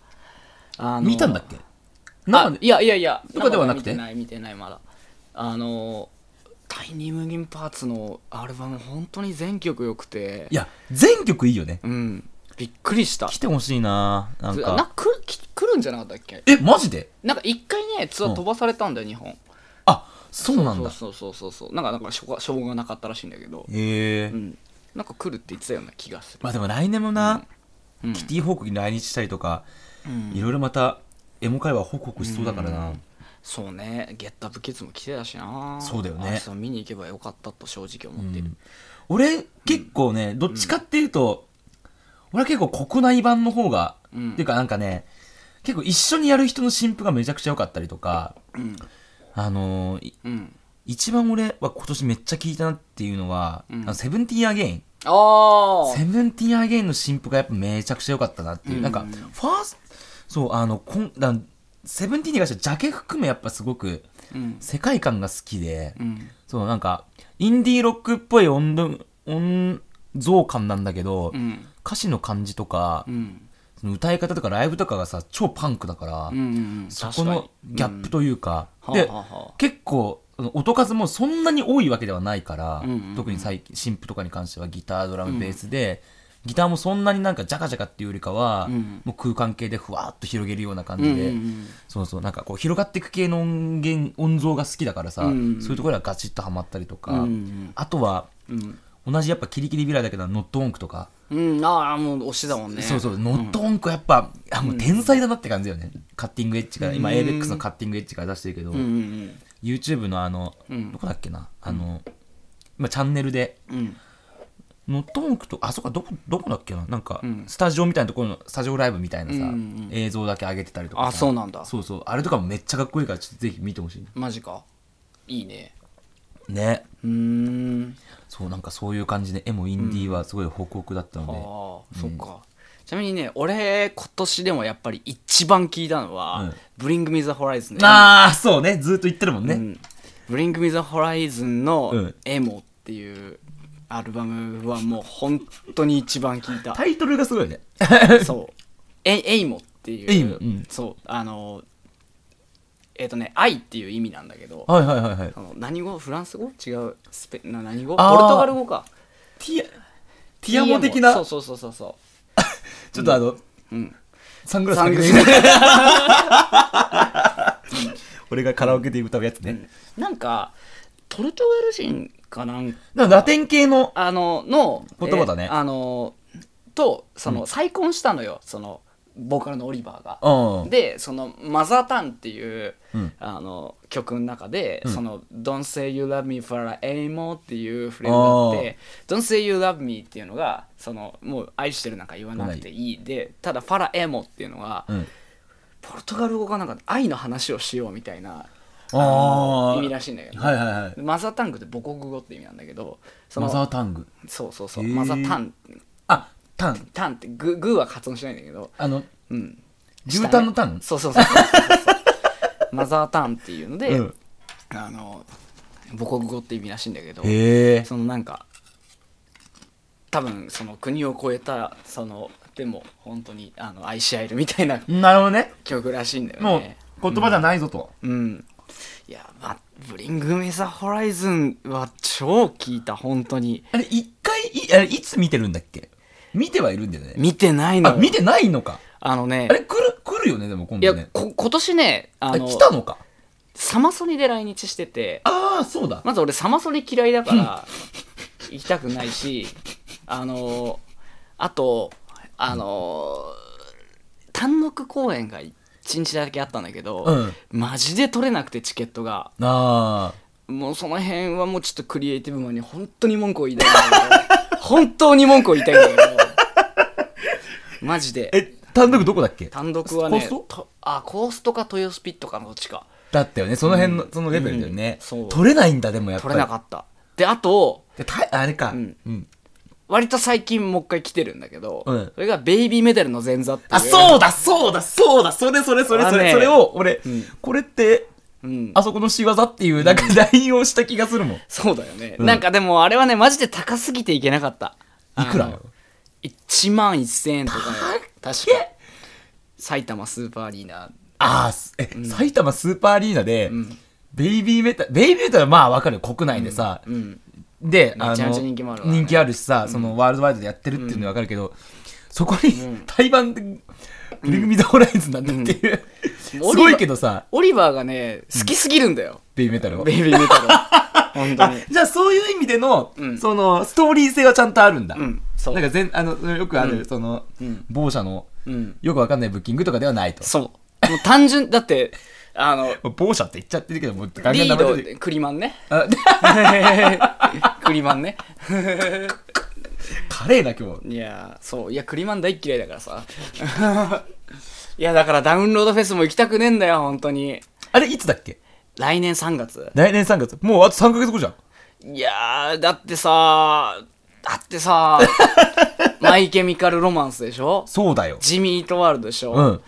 Speaker 2: あの
Speaker 1: 見たんだっけ
Speaker 2: あ
Speaker 1: なん
Speaker 2: いやいやいや
Speaker 1: とかではなくて
Speaker 2: 生は見てない見てないまだあのタイニームギンパーツのアルバム本当に全曲良くて
Speaker 1: いや全曲いいよね
Speaker 2: うんびっくりした
Speaker 1: 来てほしいななん
Speaker 2: あな
Speaker 1: か
Speaker 2: くき来るんじゃなかったっけ
Speaker 1: えマジで
Speaker 2: なんか一回ねツアー飛ばされたんだよ日本
Speaker 1: あそうなんだ
Speaker 2: そうそうそうそうそうなんかなんかしょうがしょうがなかったらしいんだけど
Speaker 1: へえ、
Speaker 2: うんなんか来るって言ってたような気がする
Speaker 1: まあでも来年もな、
Speaker 2: うん
Speaker 1: キティ報告に来日したりとか、
Speaker 2: うん
Speaker 1: いろいろまたエモ会話報告しそうだからな、
Speaker 2: そうねゲットアップキッズも来てたしな
Speaker 1: そうだよね
Speaker 2: あそう見に行けばよかったと正直思ってる、
Speaker 1: 俺結構ね、どっちかっていうと、俺は結構国内版の方が、
Speaker 2: うん
Speaker 1: っていうかなんかね結構一緒にやる人の新婦がめちゃくちゃ良かったりとか、
Speaker 2: ん
Speaker 1: あのーい
Speaker 2: うん
Speaker 1: 一番俺は今年めっちゃ聞いたなっていうのは、
Speaker 2: ん
Speaker 1: あのセブンティーンアゲイン
Speaker 2: ああ
Speaker 1: セブンティーンアゲインの新譜がやっぱめちゃくちゃ良かったなっていう、
Speaker 2: うん
Speaker 1: なんかファーストそうあのこんだセブンティーンに関してはジャケ含めやっぱすごく
Speaker 2: うん
Speaker 1: 世界観が好きで、
Speaker 2: うん
Speaker 1: そうなんかインディーロックっぽい温度温像感なんだけど、
Speaker 2: うん
Speaker 1: 歌詞の感じとか
Speaker 2: う、ん
Speaker 1: その歌い方とかライブとかがさ超パンクだから、
Speaker 2: うんうん
Speaker 1: そこのギャップというか、
Speaker 2: うん
Speaker 1: で、
Speaker 2: はあはあはあ
Speaker 1: 結構あの音数もそんなに多いわけではないから、
Speaker 2: うんうんうん
Speaker 1: 特に最近新譜とかに関してはギタードラムベースで、ギターもそんなになんかジャカジャカっていうよりかは、
Speaker 2: うん
Speaker 1: もう空間系でふわっと広げるような感
Speaker 2: う
Speaker 1: じ
Speaker 2: んう
Speaker 1: で、
Speaker 2: んうん
Speaker 1: そうそうなんかこう広がっていく系の音源音像が好きだからさ、
Speaker 2: うんうん
Speaker 1: そういうところはガチッとはまったりとか、
Speaker 2: うんうん
Speaker 1: あとは
Speaker 2: うん
Speaker 1: 同じやっぱキリキリビラだけどノットオンクとか、
Speaker 2: うんああもう推しだもんね
Speaker 1: そうそうノットオンクはやっぱ、あもう天才だなって感じだよね、カッティングエッジから今
Speaker 2: うん
Speaker 1: ABEX のカッティングエッジから出してるけど、
Speaker 2: うんうん
Speaker 1: YouTube のあの、
Speaker 2: うん
Speaker 1: どこだっけなあの、今チャンネルで
Speaker 2: うんうん
Speaker 1: ノットオンクとあそっかどこどこだっけななんか、
Speaker 2: うん
Speaker 1: スタジオみたいなところのスタジオライブみたいなさ、
Speaker 2: うんうんうん
Speaker 1: 映像だけ上げてたりとかさ
Speaker 2: あそうなんだ
Speaker 1: そうそうあれとかもめっちゃかっこいいからちょっとぜひ見てほし
Speaker 2: マジかいいね
Speaker 1: いね
Speaker 2: うーん
Speaker 1: そうなんかそういう感じで絵もインディーはすごい報告だったので、
Speaker 2: ああそっかちなみにね俺今年でもやっぱり一番聞いたの
Speaker 1: う
Speaker 2: は
Speaker 1: ん
Speaker 2: 「ブリング・ミザ・ホライズン」
Speaker 1: ああそうねずーっと言ってるもんね、
Speaker 2: うん「ブリング・ミザ・ホライズン」
Speaker 1: う
Speaker 2: の
Speaker 1: ん
Speaker 2: 「エモ」っていうアルバムはもう本当に一番聞い
Speaker 1: *laughs*
Speaker 2: た
Speaker 1: タイトルがすごいよね
Speaker 2: そう。え、エイモっていう。
Speaker 1: エイモうん
Speaker 2: そう。あの、えっ、とね、愛っていう意味なんだけど、
Speaker 1: はいはいはいはい
Speaker 2: あの何語フランス語違う。スペ、な何語ポ
Speaker 1: あー
Speaker 2: ルトガル語か。
Speaker 1: ティアティアモ的な
Speaker 2: そうそうそうそうそ
Speaker 1: ちょっとあの、
Speaker 2: う。うん。
Speaker 1: サングラス
Speaker 2: サ
Speaker 1: か
Speaker 2: ン
Speaker 1: け
Speaker 2: グ
Speaker 1: て
Speaker 2: ラス
Speaker 1: *laughs* 俺がカラオケで歌うやつね、
Speaker 2: なんか、ポルトガル人かなん
Speaker 1: なんかラテン系の
Speaker 2: あの、の、
Speaker 1: 言葉だね
Speaker 2: えーあの、と、その、再婚したのよ。その、ボーカルのオリバーが。
Speaker 1: うん
Speaker 2: でその「マザータン」っていう、
Speaker 1: うん
Speaker 2: あの曲の中で、
Speaker 1: うん
Speaker 2: その「Don't say you love me for anymore」っていうフレーズがあって「Don't say you love me」っていうのがそのもう愛してるなんか言わなくていいでただ「ファラエモ」っていうのは、
Speaker 1: うん
Speaker 2: ポルトガル語がなんか愛の話をしようみたいな
Speaker 1: あー
Speaker 2: の意味らしいんだけど、
Speaker 1: はいはいはい
Speaker 2: マザータングって母国語って意味なんだけどその
Speaker 1: マザータング
Speaker 2: そうそうそう
Speaker 1: へー
Speaker 2: マザータン
Speaker 1: あタン
Speaker 2: タンってググーは発音しないんだけど
Speaker 1: あの
Speaker 2: うん
Speaker 1: 牛タンのタン、
Speaker 2: そうそうそうそうそうそう
Speaker 1: *laughs*
Speaker 2: マザータンっていうので、
Speaker 1: うん
Speaker 2: あの母国語って意味らしいんだけど
Speaker 1: へえ
Speaker 2: そのなんか多分その国を越えたそのでも本当にあの愛し合えるみたいな
Speaker 1: なるほどね
Speaker 2: 曲らしいんだよ
Speaker 1: もう
Speaker 2: ね
Speaker 1: 言葉じゃないぞと、
Speaker 2: うんいやまブリングメザホライズンは超聞いた、本当に。
Speaker 1: あれ、一回、いあれいつ見てるんだっけ見てはいるんだよね。
Speaker 2: 見てないの
Speaker 1: あ、
Speaker 2: よ。
Speaker 1: 見てないのか。
Speaker 2: あのね
Speaker 1: あ、れ、来る、来るよね、でも今
Speaker 2: いや、
Speaker 1: 度ね。
Speaker 2: こ今年ね、あ
Speaker 1: あ、
Speaker 2: の
Speaker 1: 来、たのか。
Speaker 2: サマソニで来日してて、
Speaker 1: ああ、そうだ。
Speaker 2: まず俺サマソニ嫌いだから、行きたくない
Speaker 1: *laughs*
Speaker 2: し、あの、あと、あの、単独公演が一日だけあったんだけど、
Speaker 1: うん
Speaker 2: マジで取れなくてチケットが。
Speaker 1: あ
Speaker 2: もうその辺はもうちょっとクリエイティブマンに本当に文句を言いたいんだ
Speaker 1: *laughs*
Speaker 2: けど本当に文句を言いたいんだけどマジ
Speaker 1: ーえ
Speaker 2: で、
Speaker 1: 単独どこだっけ
Speaker 2: 単独はね
Speaker 1: コースト
Speaker 2: とあコーストか豊スピットかのどっちか
Speaker 1: だったよね。その辺の、そのレベルだよね
Speaker 2: うんそう。
Speaker 1: 取れないんだ、でもやっぱ
Speaker 2: 取
Speaker 1: り。
Speaker 2: れなかったであと
Speaker 1: でたあれか。うんん。
Speaker 2: 割と最近もう一回来てるんだけど、
Speaker 1: うん
Speaker 2: それがベイビーメダルの前座っていう
Speaker 1: あ、そうだ、そうだ、そうだ、それそれそれそ
Speaker 2: あね
Speaker 1: れ、それを、俺
Speaker 2: うん、
Speaker 1: これって、
Speaker 2: うん、
Speaker 1: あそこの仕業っていう、なんか、ラインをした気がするもん。
Speaker 2: そうだよね、
Speaker 1: うん
Speaker 2: なんかでもあれはねマジで高すぎていけなかった
Speaker 1: いくら
Speaker 2: あの1万1000円とか確か埼玉スーパーアリーナ
Speaker 1: ああ、すえ、埼玉スーパーアリーナで、
Speaker 2: ん
Speaker 1: ベイビーメタ、ベイビーメタはまあわかるよ、国内でさ。
Speaker 2: うん
Speaker 1: で、
Speaker 2: めちゃめちゃ人気もあるわね
Speaker 1: 人気あるしさ、そのワールドワイドでやってるっていうのはわかるけど、そこに、台湾で、ブリグミザホライズンなんだっていう、す
Speaker 2: うん
Speaker 1: ごいけどさ、
Speaker 2: オリバーがね、好きすぎるんだよ。
Speaker 1: ベイビーメタルを
Speaker 2: ベ。イビーメタ
Speaker 1: *laughs*
Speaker 2: ル。本当
Speaker 1: あ
Speaker 2: に。、
Speaker 1: じゃあそういう意味での、
Speaker 2: うん
Speaker 1: その、ストーリー性はちゃんとあるんだ。
Speaker 2: うん、そう。
Speaker 1: なんか全、あの、よくある、
Speaker 2: うん
Speaker 1: その、
Speaker 2: うん
Speaker 1: 某社の、
Speaker 2: うん。
Speaker 1: よくわかんないブッキングとかではないと。
Speaker 2: そう。もう単純、だって、あの、
Speaker 1: 某社って言っちゃってるけど、もうガンガン
Speaker 2: リ
Speaker 1: 名
Speaker 2: ー
Speaker 1: 前
Speaker 2: ド
Speaker 1: 出てくる、
Speaker 2: クリマンね。
Speaker 1: あ、
Speaker 2: *laughs* クリマンね。
Speaker 1: *laughs* カレーだ今日。
Speaker 2: いやー、そう。いや、クリマン大っ嫌いだからさ。 *laughs* いや、だからダウンロードフェスも行きたくねえんだよ、本当に。
Speaker 1: あれ、いつだっけ
Speaker 2: 来年3月。
Speaker 1: 来年3月。もうあと3ヶ月後じゃん。
Speaker 2: いやー、だってさだっ
Speaker 1: *laughs*
Speaker 2: てさマイケミカルロマンスでしょ
Speaker 1: そうだよ。
Speaker 2: ジミー・イート・ワールドでしょ、
Speaker 1: うん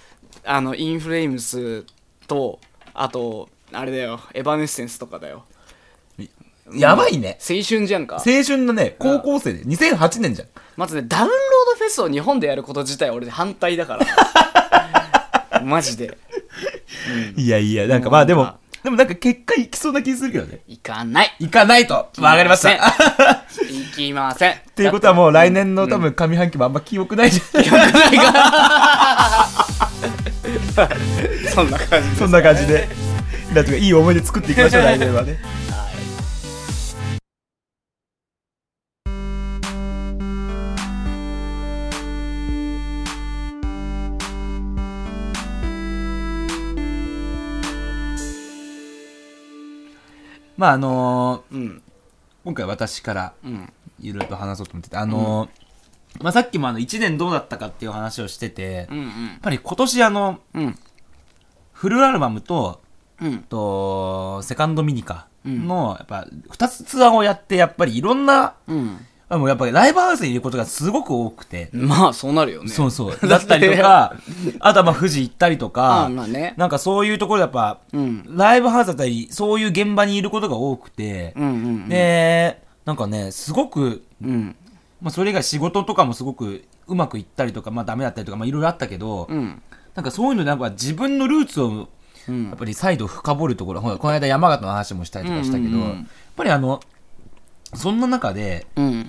Speaker 2: あのインフレームスとあとあれだよエヴァネッセンスとかだよ
Speaker 1: やばいね。
Speaker 2: 青春じゃんか
Speaker 1: 青春のね、高校生で、2008年じゃん。
Speaker 2: まずねダウンロードフェスを日本でやること自体俺反対だから
Speaker 1: *laughs*
Speaker 2: マジで
Speaker 1: いやいや、なんか
Speaker 2: うん
Speaker 1: まあで
Speaker 2: なん
Speaker 1: も
Speaker 2: か、
Speaker 1: でもなんか結果いきそうな気するけどね。
Speaker 2: 行かない
Speaker 1: 行かないと。わかりました。
Speaker 2: 行きませんっ
Speaker 1: っていうことはもう来年の
Speaker 2: ん
Speaker 1: 多分上半期もあんま記憶ないじゃん。
Speaker 2: そんな感じです
Speaker 1: そんな感じで。だっていい思い出作っていきましょう、来年は
Speaker 2: *laughs*
Speaker 1: ね。まああのー
Speaker 2: うん
Speaker 1: 今回私から
Speaker 2: うん
Speaker 1: いろいろと話そうと思ってて、あのーまあさっきもあの1年どうだったかっていう話をしてて、
Speaker 2: う
Speaker 1: やっ
Speaker 2: ん
Speaker 1: ぱり今年あの、
Speaker 2: うんうん
Speaker 1: フルアルバムと、
Speaker 2: うん
Speaker 1: と、セカンドミニカ
Speaker 2: うん
Speaker 1: の、やっぱ、二つツアーをやって、やっぱりいろんな、
Speaker 2: うん
Speaker 1: あもうやっぱりライブハウスにいることがすごく多くて、
Speaker 2: まあそうなるよね
Speaker 1: そうそう。だったりとか、あとはまあ富士行ったりと
Speaker 2: *laughs* ああ
Speaker 1: か、
Speaker 2: まあね
Speaker 1: なんかそういうところでやっぱ、
Speaker 2: うん
Speaker 1: ライブハウスだったり、そういう現場にいることが多くて
Speaker 2: う、んうん
Speaker 1: で、なんかね、すごく、
Speaker 2: うん
Speaker 1: まあそれ以外仕事とかもすごくうまくいったりとか、まあダメだったりとか、まあいろいろあったけど
Speaker 2: う、ん
Speaker 1: なんかそういうのなんか自分のルーツを
Speaker 2: うん
Speaker 1: やっぱり再度深掘るところ、ほら、この間山形の話もしたりとかしたけど、
Speaker 2: うんうんうん
Speaker 1: やっぱりあの、そんな中で、
Speaker 2: うん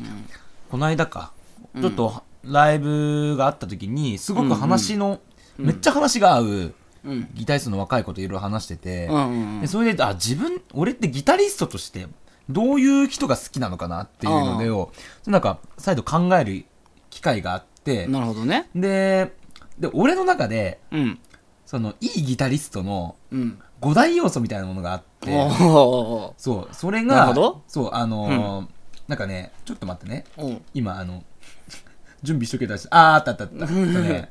Speaker 1: この間か、ちょっとライブがあった時に、すごく話の、めっちゃ話が合う、
Speaker 2: うん
Speaker 1: ギタリストの若い子といろいろ話してて、
Speaker 2: うんうん
Speaker 1: でそれで、あ、自分、俺ってギタリストとして、どういう人が好きなのかなっていうのでを、なんか、再度考える機会があって、
Speaker 2: なるほどね
Speaker 1: で、で、俺の中で、
Speaker 2: うん
Speaker 1: その、いいギタリストの
Speaker 2: うん
Speaker 1: 5大要素みたいなものがあって、
Speaker 2: お
Speaker 1: そう、それ
Speaker 2: なる
Speaker 1: が
Speaker 2: ほど、
Speaker 1: そう、あのーなんかね、ちょっと待ってね、
Speaker 2: お
Speaker 1: 今、あの、 *laughs* 準備しとけたし、あー、あったあったあった。えっとね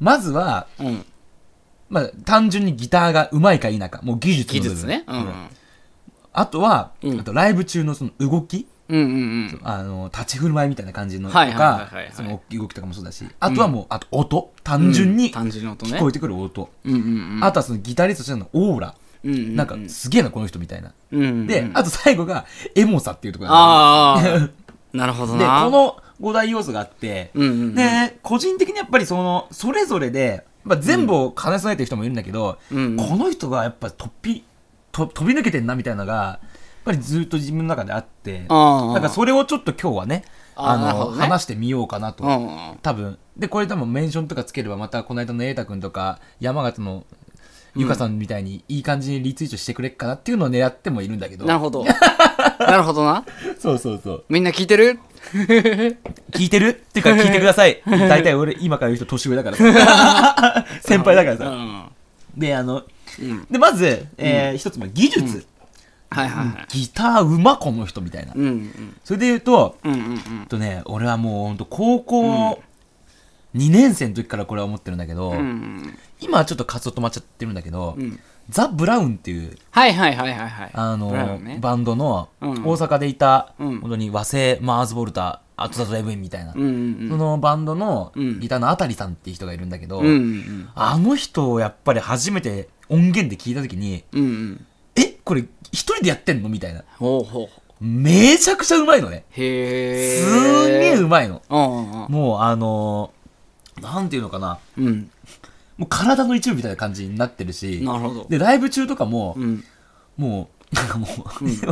Speaker 1: まずは、
Speaker 2: うん
Speaker 1: まあ、単純にギターがうまいか否か、もう技術
Speaker 2: 技
Speaker 1: の部分
Speaker 2: 術ねうん
Speaker 1: あとは、
Speaker 2: うん
Speaker 1: あとライブ中のその動き、
Speaker 2: うんうん
Speaker 1: あの、立ち振る舞いみたいな感じのと
Speaker 2: はいはい
Speaker 1: か
Speaker 2: はいはいはい、
Speaker 1: その動きとかもそうだし、あとはもう、あと音、単純に
Speaker 2: 単純な音ね
Speaker 1: 聞こえてくる音。
Speaker 2: うんうんうん
Speaker 1: あとはそのギタリストとしてのオーラ。
Speaker 2: うんうん
Speaker 1: なんか、すげえな、この人みたいな。
Speaker 2: うん
Speaker 1: で、あと最後が、エモさっていうところなんだよね
Speaker 2: ああなるほど
Speaker 1: *laughs* で、
Speaker 2: な
Speaker 1: この5大要素があって、
Speaker 2: うんうんうん
Speaker 1: で、個人的にやっぱりその、それぞれで、まあ、全部を兼ね備えてる人もいるんだけど、
Speaker 2: うんうん
Speaker 1: この人がやっぱ突飛と飛び抜けてんなみたいなのがやっぱりずっと自分の中であって
Speaker 2: ああ
Speaker 1: なんかそれをちょっと今日はね
Speaker 2: あー
Speaker 1: あ
Speaker 2: なるほ
Speaker 1: の
Speaker 2: どね
Speaker 1: 話してみようかなと
Speaker 2: うんうんうん
Speaker 1: 多分でこれ多分メンションとかつければまたこの間の瑛太君とか山形のゆかさんみたいにいい感じにリツイートしてくれっかなっていうのを狙ってもいるんだけど、
Speaker 2: なるほどなるほどな
Speaker 1: そうそうそう
Speaker 2: みんな聞いてる
Speaker 1: 聞いてるっていうか聞いてください
Speaker 2: *laughs*
Speaker 1: 大体俺今から言う人年上だからさ先輩だから
Speaker 2: うん
Speaker 1: さ
Speaker 2: は
Speaker 1: であの、
Speaker 2: うん
Speaker 1: でまず、えー一つ目技術、
Speaker 2: いはいはい
Speaker 1: ギターうまこの人みたいな
Speaker 2: うんうん
Speaker 1: それで言うと、
Speaker 2: うんうんうん
Speaker 1: えっとね俺はもうほんと高校2年生の時からこれは思ってるんだけど、
Speaker 2: うん
Speaker 1: 今はちょっと活動止まっちゃってるんだけど、
Speaker 2: うん
Speaker 1: ザ・ブラウンっていう
Speaker 2: はいはいはいはいはい
Speaker 1: あの
Speaker 2: ブラウンね
Speaker 1: バンドの
Speaker 2: うん
Speaker 1: 大阪でいた、
Speaker 2: うん
Speaker 1: 本当に和製マーズ・ボルタアトザ・ドライブインみたいな、
Speaker 2: うんうんう
Speaker 1: そ
Speaker 2: ん
Speaker 1: のバンドの
Speaker 2: うん
Speaker 1: ギターのあたりさんっていう人がいるんだけど、
Speaker 2: うんうん
Speaker 1: あの人をやっぱり初めて音源で聞いた時に
Speaker 2: うんうん
Speaker 1: えこれ一人でやってんのみたいな
Speaker 2: ほうほう
Speaker 1: めちゃくちゃうまいのね
Speaker 2: へえ
Speaker 1: すんげえうまいの
Speaker 2: うん
Speaker 1: もうあのーなんていうのかな
Speaker 2: うん
Speaker 1: もう体の一部みたいな感じになってるし
Speaker 2: なるほど
Speaker 1: でライブ中とかも、
Speaker 2: うん
Speaker 1: もうなんかも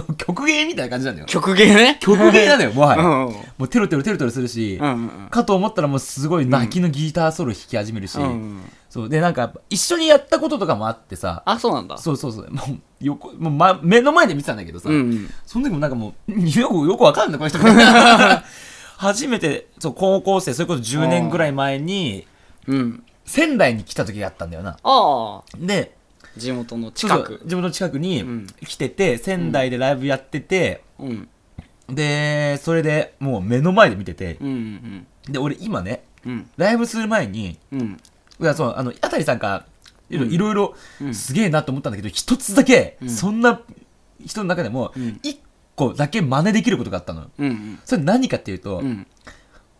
Speaker 1: う、 *laughs* 曲芸みたいな感じなんだよ
Speaker 2: 曲芸ね
Speaker 1: 曲芸なのよもはや、
Speaker 2: うんうん
Speaker 1: もうテロテロテロテロするし、
Speaker 2: うん
Speaker 1: かと思ったらもうすごい泣きのギターソロ弾き始めるし、
Speaker 2: うんうん
Speaker 1: そうでなんかやっぱ一緒にやったこととかもあってさ
Speaker 2: あそうなんだ
Speaker 1: そうそうそうもう横もう、ま、目の前で見てたんだけどさ、
Speaker 2: うん
Speaker 1: その時もなんかもう、 *laughs* よく、よくわかんない、この
Speaker 2: *laughs*
Speaker 1: 人が。初めて、そう、高校生、それこそ10年ぐらい前に、
Speaker 2: うんうん
Speaker 1: 仙台に来た時があったんだよな。
Speaker 2: ああ
Speaker 1: で、
Speaker 2: 地元の
Speaker 1: そうそ
Speaker 2: 近
Speaker 1: う
Speaker 2: く
Speaker 1: 自分の近く
Speaker 2: うん
Speaker 1: に来てて、仙台でライブやってて、
Speaker 2: うん
Speaker 1: で、それでもう目の前で見てて
Speaker 2: う、んうん
Speaker 1: で、俺今ね、
Speaker 2: うん
Speaker 1: ライブする前に、
Speaker 2: うん
Speaker 1: いや、その、あの、あたりさんから、いろいろいろい
Speaker 2: うん
Speaker 1: ろ、すげえなと思ったんだけど、一つだけ、
Speaker 2: うん
Speaker 1: そんな人の中でも
Speaker 2: うん、
Speaker 1: 一個だけ真似できることがあったのよ。
Speaker 2: うんうん
Speaker 1: それ何かっていうと、
Speaker 2: うん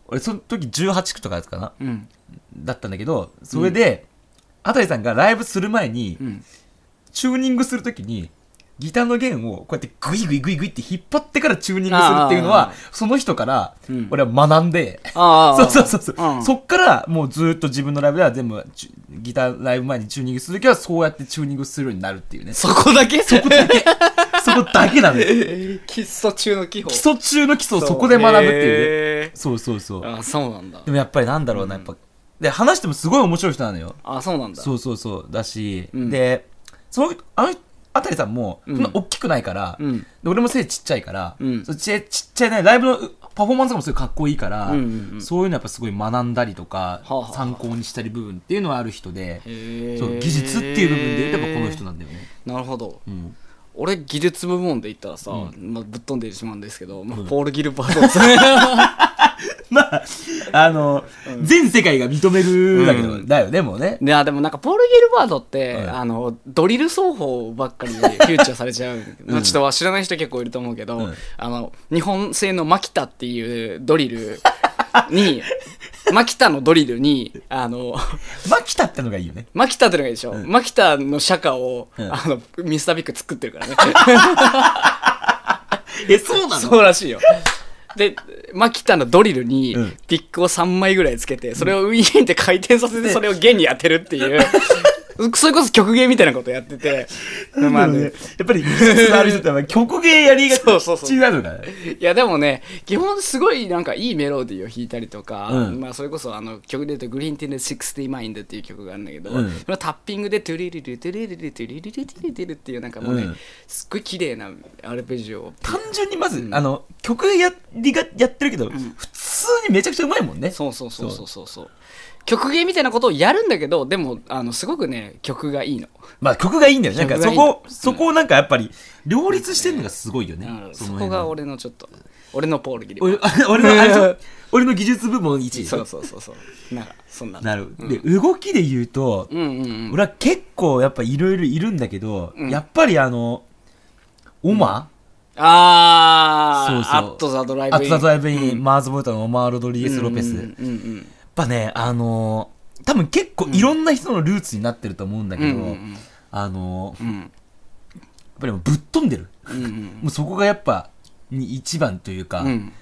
Speaker 1: 俺その時18区とかだったかな
Speaker 2: うん
Speaker 1: だったんだけどそれで、あたりさんがライブする前に、
Speaker 2: うん
Speaker 1: チューニングする時にギターの弦をこうやってグイグイグイグイって引っ張ってからチューニングするっていうの
Speaker 2: あ
Speaker 1: はその人から
Speaker 2: うん
Speaker 1: 俺は学んで、
Speaker 2: ああ
Speaker 1: そうそうそうそう、
Speaker 2: ん
Speaker 1: そっからもうずっと自分のライブでは全部チュギターライブ前にチューニングする時はそうやってチューニングするようになるっていう *laughs* ねそ
Speaker 2: そこだけそこだけ
Speaker 1: こだけなのよ
Speaker 2: *laughs* 喫茶中の基本
Speaker 1: 基礎中の基礎をそこで学ぶっていうね
Speaker 2: いう
Speaker 1: そうそうそう
Speaker 2: ああそうなんだ
Speaker 1: でもやっぱりなんだろうな、やっぱで話してもすごい面白い人なのよ
Speaker 2: ああそうなんだ
Speaker 1: そうそうそうだし、
Speaker 2: うん
Speaker 1: でそのあのあたりさんも
Speaker 2: うん
Speaker 1: そんな大きくないから、
Speaker 2: うん
Speaker 1: で俺も背ちっちゃいから、
Speaker 2: うん
Speaker 1: そのちちっちゃいねライブのうパフォーマンスとかもすごいかっこいいから、
Speaker 2: うんうんうん
Speaker 1: そういうのやっぱすごい学んだりとか、
Speaker 2: あはあ
Speaker 1: 参考にしたり部分っていうのはある人で、
Speaker 2: へえ
Speaker 1: そう技術っていう部分で言えばこの人なん
Speaker 2: *laughs*
Speaker 1: だよね、
Speaker 2: なるほど
Speaker 1: うん、
Speaker 2: 俺技術部門で言ったらさ、
Speaker 1: う
Speaker 2: まあ、ぶっ飛んでしまうんですけど、まあ
Speaker 1: うん
Speaker 2: ポール・ギルバートさん
Speaker 1: まああの、全世界が認めるだけど、
Speaker 2: うん
Speaker 1: だよねもうね
Speaker 2: いやでもなんかポール・ギルバートって、
Speaker 1: うん
Speaker 2: あのドリル奏法ばっかりフューチャーされ *laughs* ちゃう、まあちょっと知らない人結構いると思うけど、
Speaker 1: うん
Speaker 2: あの日本製のマキタっていうドリルに *laughs* マキタのドリルにあの
Speaker 1: マキタってのがいいよね
Speaker 2: マキタってのがいいでしょ、マキタの釈迦を、
Speaker 1: うん
Speaker 2: あのミスタービッグ作ってるからね
Speaker 1: えそうな
Speaker 2: そうらしいよでマキタのドリルに
Speaker 1: うん
Speaker 2: ピックを3枚ぐらいつけてそれをウィーンって回転させてそれを弦に当てるっていうそれこそ曲芸みたいなことやっててま
Speaker 1: や
Speaker 2: あね
Speaker 1: っぱり技術のある人ってやっぱ曲芸やりが
Speaker 2: そうそうそう
Speaker 1: ちなのかね
Speaker 2: いやでもね基本すごいなんかいいメロディーを弾いたりとか、
Speaker 1: うん
Speaker 2: まあ、それこそあの曲で言うと「グリーンティンで60マインド」っていう曲があるんだけど、
Speaker 1: うん
Speaker 2: そのタッピングで「トゥリリリトゥリリリトゥリリリトゥリリリ」っていうなんかもうね、
Speaker 1: うん
Speaker 2: すっごい綺麗なアルペジオを
Speaker 1: 単純にまず、あの曲やりがやってるけど、普通にめちゃくちゃうまいもんね
Speaker 2: そうそうそうそうそうそう曲芸みたいなことをやるんだけどでもあのすごくね曲がいいの、
Speaker 1: まあ曲がいいんだよねなんかそ
Speaker 2: 曲がいい
Speaker 1: こそこをなんかやっぱり両立してるのがすごいよね、
Speaker 2: うんそ
Speaker 1: の
Speaker 2: こ
Speaker 1: 辺
Speaker 2: が
Speaker 1: の
Speaker 2: 俺のちょっと俺のポールギリ
Speaker 1: 俺 *laughs* あ俺のあれでしょ俺の技術部門1位
Speaker 2: そうそうそうそうなんかそんな
Speaker 1: なるほど、で動きで言うと、
Speaker 2: うんうんうん
Speaker 1: 俺は結構やっぱいろいろいるんだけど、
Speaker 2: うん
Speaker 1: やっぱりあのオマ、
Speaker 2: あ
Speaker 1: そうそう
Speaker 2: あアットザドライブ
Speaker 1: アトザドライブイン、
Speaker 2: うん
Speaker 1: マーズボルタのオマール・ロドリゲス・ロペス、
Speaker 2: うんうんうん
Speaker 1: やっぱね、あのー多分結構いろんな人のルーツになってると思うんだけど、
Speaker 2: うんうんうん
Speaker 1: あのーやっ
Speaker 2: うん
Speaker 1: ぱりもうぶっ飛んでる。
Speaker 2: うんうん
Speaker 1: もうそこがやっぱ、に一番というか、
Speaker 2: う
Speaker 1: も
Speaker 2: ん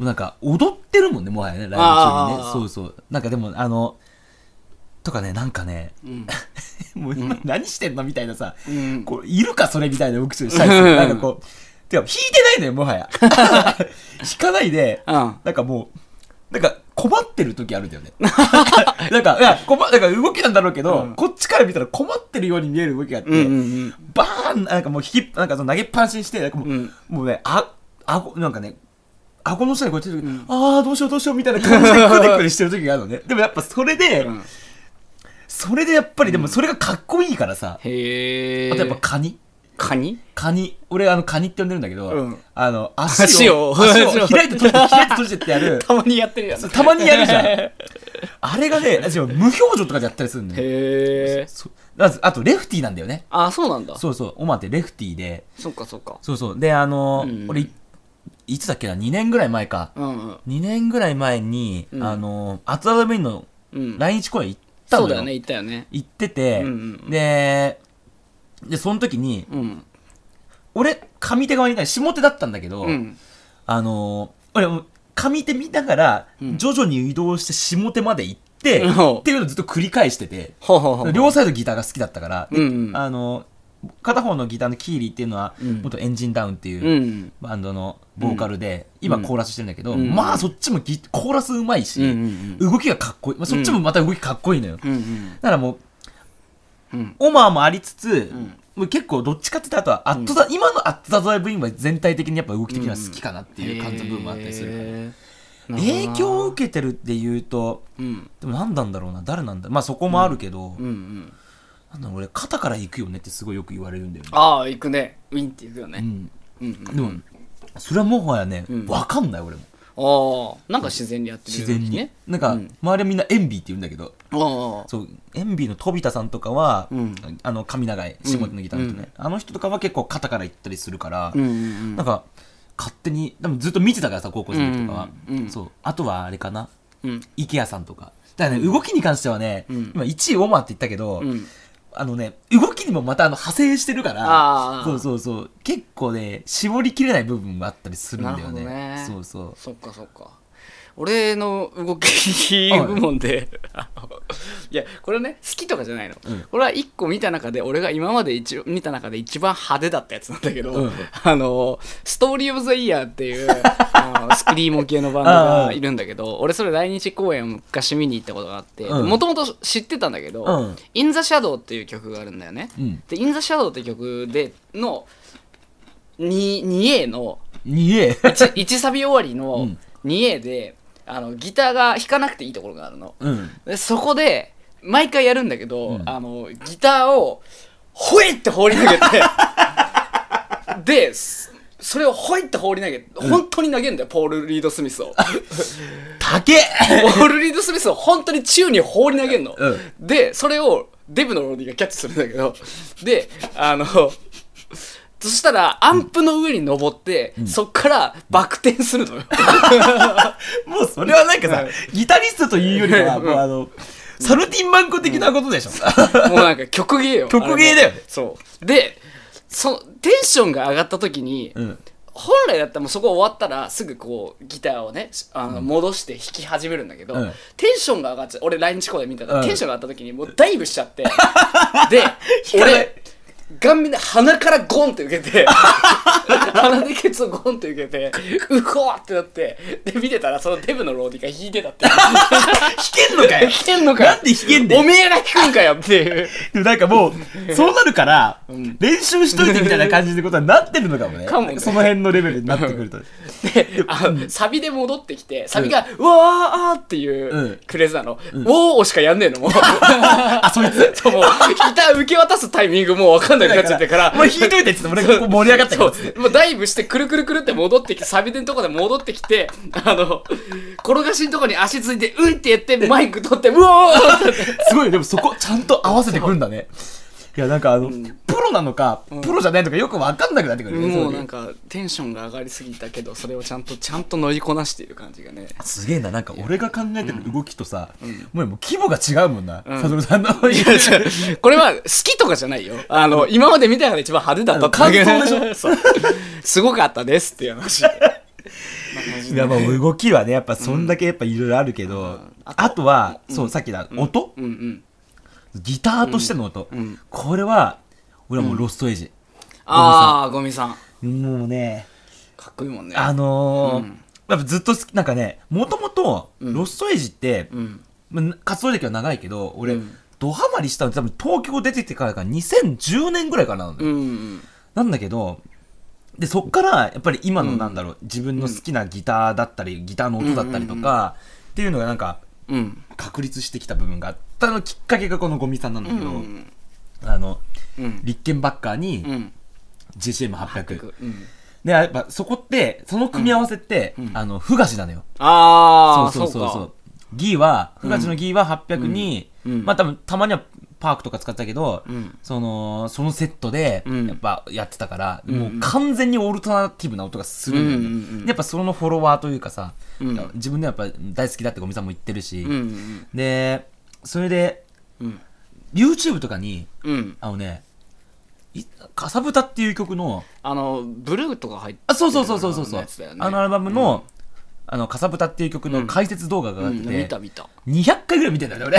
Speaker 1: うなんか踊ってるもんね、もはやね、ライブ中に
Speaker 2: あ
Speaker 1: ね
Speaker 2: ー。
Speaker 1: そうそう。なんかでも、あの、とかね、なんかね、 *laughs*
Speaker 2: うん
Speaker 1: もう今何してんのみたいなさ、
Speaker 2: うん
Speaker 1: こういるかそれみたいな僕ちょっとしたいですよなんかこう、てか、弾いてないのよ、もはや。 *laughs* 弾かないで、
Speaker 2: うん
Speaker 1: なんかもう、なんか困ってる時あるんだよ
Speaker 2: *laughs*
Speaker 1: ね。なんか、いや、困、なんか動きなんだろうけど、
Speaker 2: うん
Speaker 1: こっちから見たら困ってるように見える動きがあって、
Speaker 2: うんうんうん
Speaker 1: バーンなんかもう引き、なんかその投げっぱなしにして、なんかもう、
Speaker 2: うん
Speaker 1: もうね、あ、あご、なんかね、顎の下にこうやってる時、
Speaker 2: ん
Speaker 1: あーどうしようどうしようみたいな感じでクネクネしてる時があるのね。でもやっぱそれで、
Speaker 2: うん
Speaker 1: それでやっぱり、でもそれがかっこいいからさ、
Speaker 2: へえ
Speaker 1: あとやっぱカニ
Speaker 2: カニ
Speaker 1: カニ、俺あのカニって呼んでるんだけど、
Speaker 2: うん
Speaker 1: あの、足を、
Speaker 2: *laughs* 足を
Speaker 1: 足を開いて閉じて、開いて閉じてってや
Speaker 2: *laughs*
Speaker 1: る。
Speaker 2: たまにやってるやん
Speaker 1: そうたまにやるじゃん
Speaker 2: *laughs* へ。
Speaker 1: あれがね、私は無表情とかでやったりするんだよ。
Speaker 2: え
Speaker 1: そうなんですあと、レフティーなんだよね。
Speaker 2: あそうなんだ
Speaker 1: そうそう、オマってレフティーで、
Speaker 2: そっかそっか
Speaker 1: そうそう。で、あの、
Speaker 2: うん
Speaker 1: 俺、いいつだっけな、2年ぐらい前か。
Speaker 2: うんうん
Speaker 1: 2年ぐらい前に、
Speaker 2: うん
Speaker 1: あの、アツアドメインの
Speaker 2: うん
Speaker 1: 来日公演行ったの
Speaker 2: そ
Speaker 1: よ。
Speaker 2: うだよね言ったよね
Speaker 1: 行ってて、
Speaker 2: うんうんうん
Speaker 1: で、で、その時に、
Speaker 2: うん
Speaker 1: 俺、上手側にいた下手だったんだけど、
Speaker 2: うん
Speaker 1: あのー、俺、上手見ながら、
Speaker 2: うん
Speaker 1: 徐々に移動して下手まで行って、
Speaker 2: うん
Speaker 1: っていうのをずっと繰り返してて、
Speaker 2: ほうほうほう
Speaker 1: 両サイドギターが好きだったから、で
Speaker 2: うんうん
Speaker 1: あのー、片方のギターのキーリーっていうのは、
Speaker 2: うん
Speaker 1: 元エンジンダウンっていう、
Speaker 2: うん
Speaker 1: バンドのボーカルで、今コーラスしてるんだけど、
Speaker 2: うん
Speaker 1: まあそっちもギコーラスうまいし、
Speaker 2: うんうん
Speaker 1: 動きがかっこいい、まあ、そっちもまた動きかっこいいのよ、
Speaker 2: うんうん
Speaker 1: だからもう
Speaker 2: うん
Speaker 1: オマーもありつつ、
Speaker 2: ん
Speaker 1: もう結構どっちかって言ったらあとはアットザ、今のアットザドライブインは全体的にやっぱ動き的には好きかなっていう感じの部分もあったりするから、
Speaker 2: へー
Speaker 1: 影響を受けてるっていうと
Speaker 2: うん
Speaker 1: でも何なんだろうな誰なんだまあそこもあるけど、
Speaker 2: うんうん
Speaker 1: なんだろう俺肩から行くよねってすごいよく言われるんだよね、
Speaker 2: ああ行くねウィンって行くよ
Speaker 1: う
Speaker 2: ね
Speaker 1: ん、
Speaker 2: うん
Speaker 1: でもそれはもはやね、
Speaker 2: うん
Speaker 1: わかんない俺も
Speaker 2: うんああなんか自然にやってる
Speaker 1: 自
Speaker 2: よう
Speaker 1: 然に、
Speaker 2: ね
Speaker 1: なんか、
Speaker 2: うん
Speaker 1: 周りはみんなエンビーって言うんだけど
Speaker 2: ああ
Speaker 1: そうエンビーの飛田さんとかは、
Speaker 2: うん
Speaker 1: あの髪長い仕事のギターの人ね、あの人とかは結構肩から行ったりするから、
Speaker 2: うんうん
Speaker 1: なんか勝手にでもずっと見てたからさ高校生の時とかは、
Speaker 2: うんうん
Speaker 1: そうあとはあれかな
Speaker 2: うんうん
Speaker 1: 池谷さんとかだからね、動きに関してはね、
Speaker 2: うん
Speaker 1: 今1位オマーって言ったけど、
Speaker 2: うん
Speaker 1: あのね動きにもまたあの派生してるから
Speaker 2: ああ
Speaker 1: そうそうそう結構ね絞りきれない部分もあったりするんだよね
Speaker 2: なるほどね
Speaker 1: そうそう
Speaker 2: そっかそっか俺の動き部門で、あのいやこれね好きとかじゃないの、
Speaker 1: うん
Speaker 2: これは1個見た中で俺が今まで一見た中で一番派手だったやつなんだけど、
Speaker 1: うん
Speaker 2: あのストーリー・オブ・ザ・イヤーっていう
Speaker 1: *laughs*
Speaker 2: あのスクリーム系のバンドがいるんだけど俺それ来日公演を昔見に行ったことがあって
Speaker 1: うん
Speaker 2: もともと知ってたんだけど「
Speaker 1: うん
Speaker 2: In the Shadow」っていう曲があるんだよね。
Speaker 1: うん
Speaker 2: で「In the Shadow」って曲でのに 2A の
Speaker 1: にえ
Speaker 2: *laughs* 1, サビ終わり
Speaker 1: う
Speaker 2: の
Speaker 1: ん
Speaker 2: 2A で、あのギターが弾かなくていいところがあるの
Speaker 1: うん
Speaker 2: でそこで毎回やるんだけど、
Speaker 1: うん
Speaker 2: あのギターをほいって放り投
Speaker 1: *laughs*
Speaker 2: げてですそれをほいって放り投げて本当に投げるんだよ、ポール・リード・スミスを
Speaker 1: 竹
Speaker 2: ポール・リード・スミスを本当に宙に放り投げるの、
Speaker 1: う
Speaker 2: でそれをデブのロディがキャッチするんだけどであのそしたらアンプの上に登って、そっからバク転するのよ
Speaker 1: もうそれはなんかさ、ギタリストというよりかは、
Speaker 2: うん
Speaker 1: もうあの、サルティンマンコ的なことでしょ。
Speaker 2: もうなんか曲芸よ。
Speaker 1: 曲芸だよ
Speaker 2: あれもそう。で、そのテンションが上がった時に、
Speaker 1: うん。
Speaker 2: 本来だったらもうそこ終わったらすぐこうギターをねしあの戻して弾き始めるんだけど、
Speaker 1: うん
Speaker 2: テンションが上がっちゃ俺来日公演見たら、
Speaker 1: うん
Speaker 2: テンションが上がった時にもうダイブしちゃっ
Speaker 1: *laughs*
Speaker 2: てで
Speaker 1: かない
Speaker 2: 俺顔面で鼻からゴンって受けて *laughs* 鼻でケツをゴンって受けてうこーってなってで見てたらそのデブのローディが弾いてたっ
Speaker 1: *laughs*
Speaker 2: て
Speaker 1: 弾けんのかよ
Speaker 2: 弾けんのかよ
Speaker 1: なんで弾けんだよ
Speaker 2: おめえが弾くんかよっていう
Speaker 1: でもなんかもう、そうなるから、練習しといてみたいな感じのことになってるのかもね。
Speaker 2: かもね
Speaker 1: その辺のレベルになってくると。
Speaker 2: であのサビで戻ってきてサビが「うわー!」っていううんクレーズなの「ウォー!」しかやんね
Speaker 1: *laughs*
Speaker 2: えのもうあそいつそうもうギター受け渡すタイミングもう分かんなくなっちゃってから
Speaker 1: もう弾いといてっつって、俺ここ盛り上がったからっつって。
Speaker 2: そうもうダイブしてくるくるくるって戻ってきてサビでのとこで戻ってきてあの転がしのとこに足ついて「うん!」ってやってマイク取って「うおー!」って
Speaker 1: すごい、でもそこちゃんと合わせてくるんだね。いや、なんかあの、プロなのか、プロじゃないのかよくわかんなくなってくるね。
Speaker 2: もう
Speaker 1: そ
Speaker 2: なんかテンションが上がりすぎたけどそれをちゃんとちゃんと乗りこなしている感じがね
Speaker 1: すげえな、なんか俺が考えてる動きとさ、もうもう規模が違うもんな、
Speaker 2: ん
Speaker 1: サドルさんの。
Speaker 2: いや違うこれは好きとかじゃないよ。あの、今まで見た中で一番派手だったって
Speaker 1: あの感想
Speaker 2: でしょそう。すごかったですっていう話。
Speaker 1: いやまあ動きはねやっぱそんだけやっぱいろいろあるけど、あとは、そうさっきだ、音
Speaker 2: うんうん。
Speaker 1: ギターとしての音、
Speaker 2: うんうん
Speaker 1: これは俺はもうロストエイジ、
Speaker 2: ああゴミさん
Speaker 1: もうね
Speaker 2: かっこいいもんね
Speaker 1: あのー
Speaker 2: うん
Speaker 1: やっぱずっと好きなんかねもともとロストエイジって、
Speaker 2: うん
Speaker 1: まあ活動歴は長いけど俺、
Speaker 2: うん
Speaker 1: ドハマりしたの多分東京出てってからが2010年ぐらいからなのね、
Speaker 2: うんうん
Speaker 1: なんだけどでそっからやっぱり今のなんだろう、自分の好きなギターだったりギターの音だったりと
Speaker 2: うんうん
Speaker 1: か、っていうのがなんか
Speaker 2: うん
Speaker 1: 確立してきた部分があったのきっかけがこのゴミさんなんだ
Speaker 2: う
Speaker 1: け
Speaker 2: ん
Speaker 1: ど、
Speaker 2: うん
Speaker 1: あの
Speaker 2: うん
Speaker 1: リッケンバッカー
Speaker 2: う
Speaker 1: に
Speaker 2: ん
Speaker 1: GCM800、
Speaker 2: うん
Speaker 1: でやっぱそこってその組み合わせって、
Speaker 2: うん
Speaker 1: あのフガシなのよ
Speaker 2: あ
Speaker 1: そう
Speaker 2: あ
Speaker 1: そうそう
Speaker 2: そ
Speaker 1: そううギーはフガシのギーは800に、
Speaker 2: うんうん
Speaker 1: まあ多分たまにはパークとか使ったけど、
Speaker 2: かうん
Speaker 1: そのそのセットで
Speaker 2: うん
Speaker 1: やっぱやってたから、
Speaker 2: うん
Speaker 1: もう完全にオルタナティブな音がするんだよね、
Speaker 2: うんうんうん
Speaker 1: でやっぱそのフォロワーというかさ、
Speaker 2: うん
Speaker 1: 自分ではやっぱ大好きだってゴミさんも言ってるし、
Speaker 2: うんうん
Speaker 1: でそれで
Speaker 2: うん
Speaker 1: YouTube とかに
Speaker 2: うん
Speaker 1: あのねいかさぶたっていう曲の
Speaker 2: あのブルーとか入って
Speaker 1: あそうそうそうそうそうそう、
Speaker 2: やつだよね
Speaker 1: あのアルバムの「あのかさぶた」っていう曲の解説動画が
Speaker 2: う
Speaker 1: あっ
Speaker 2: ん見
Speaker 1: て、
Speaker 2: た見た
Speaker 1: 200回ぐらい見てんだよね
Speaker 2: *laughs*
Speaker 1: 俺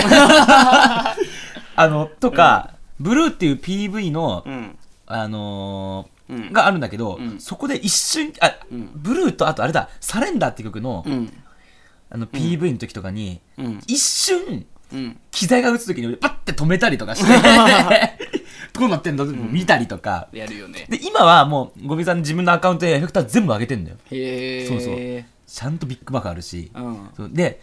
Speaker 1: あのとか、ブルーっていう PV の、
Speaker 2: うん
Speaker 1: あのー
Speaker 2: うん
Speaker 1: があるんだけど、
Speaker 2: ん
Speaker 1: そこで一瞬あ、
Speaker 2: うん
Speaker 1: ブルーとあとあれだ「サレンダー」って曲の,、
Speaker 2: うん
Speaker 1: あの PV の時とかに、
Speaker 2: うん
Speaker 1: 一瞬
Speaker 2: うん
Speaker 1: 機材が打つ時に俺パッて止めたりとかして
Speaker 2: *laughs*
Speaker 1: どうなってんだって見たりとか、
Speaker 2: やるよね
Speaker 1: で今はもうゴミさん自分のアカウントでエフェクター全部上げてんだよ
Speaker 2: へえ
Speaker 1: そうそうちゃんとビッグバックあるし、
Speaker 2: うん
Speaker 1: そうで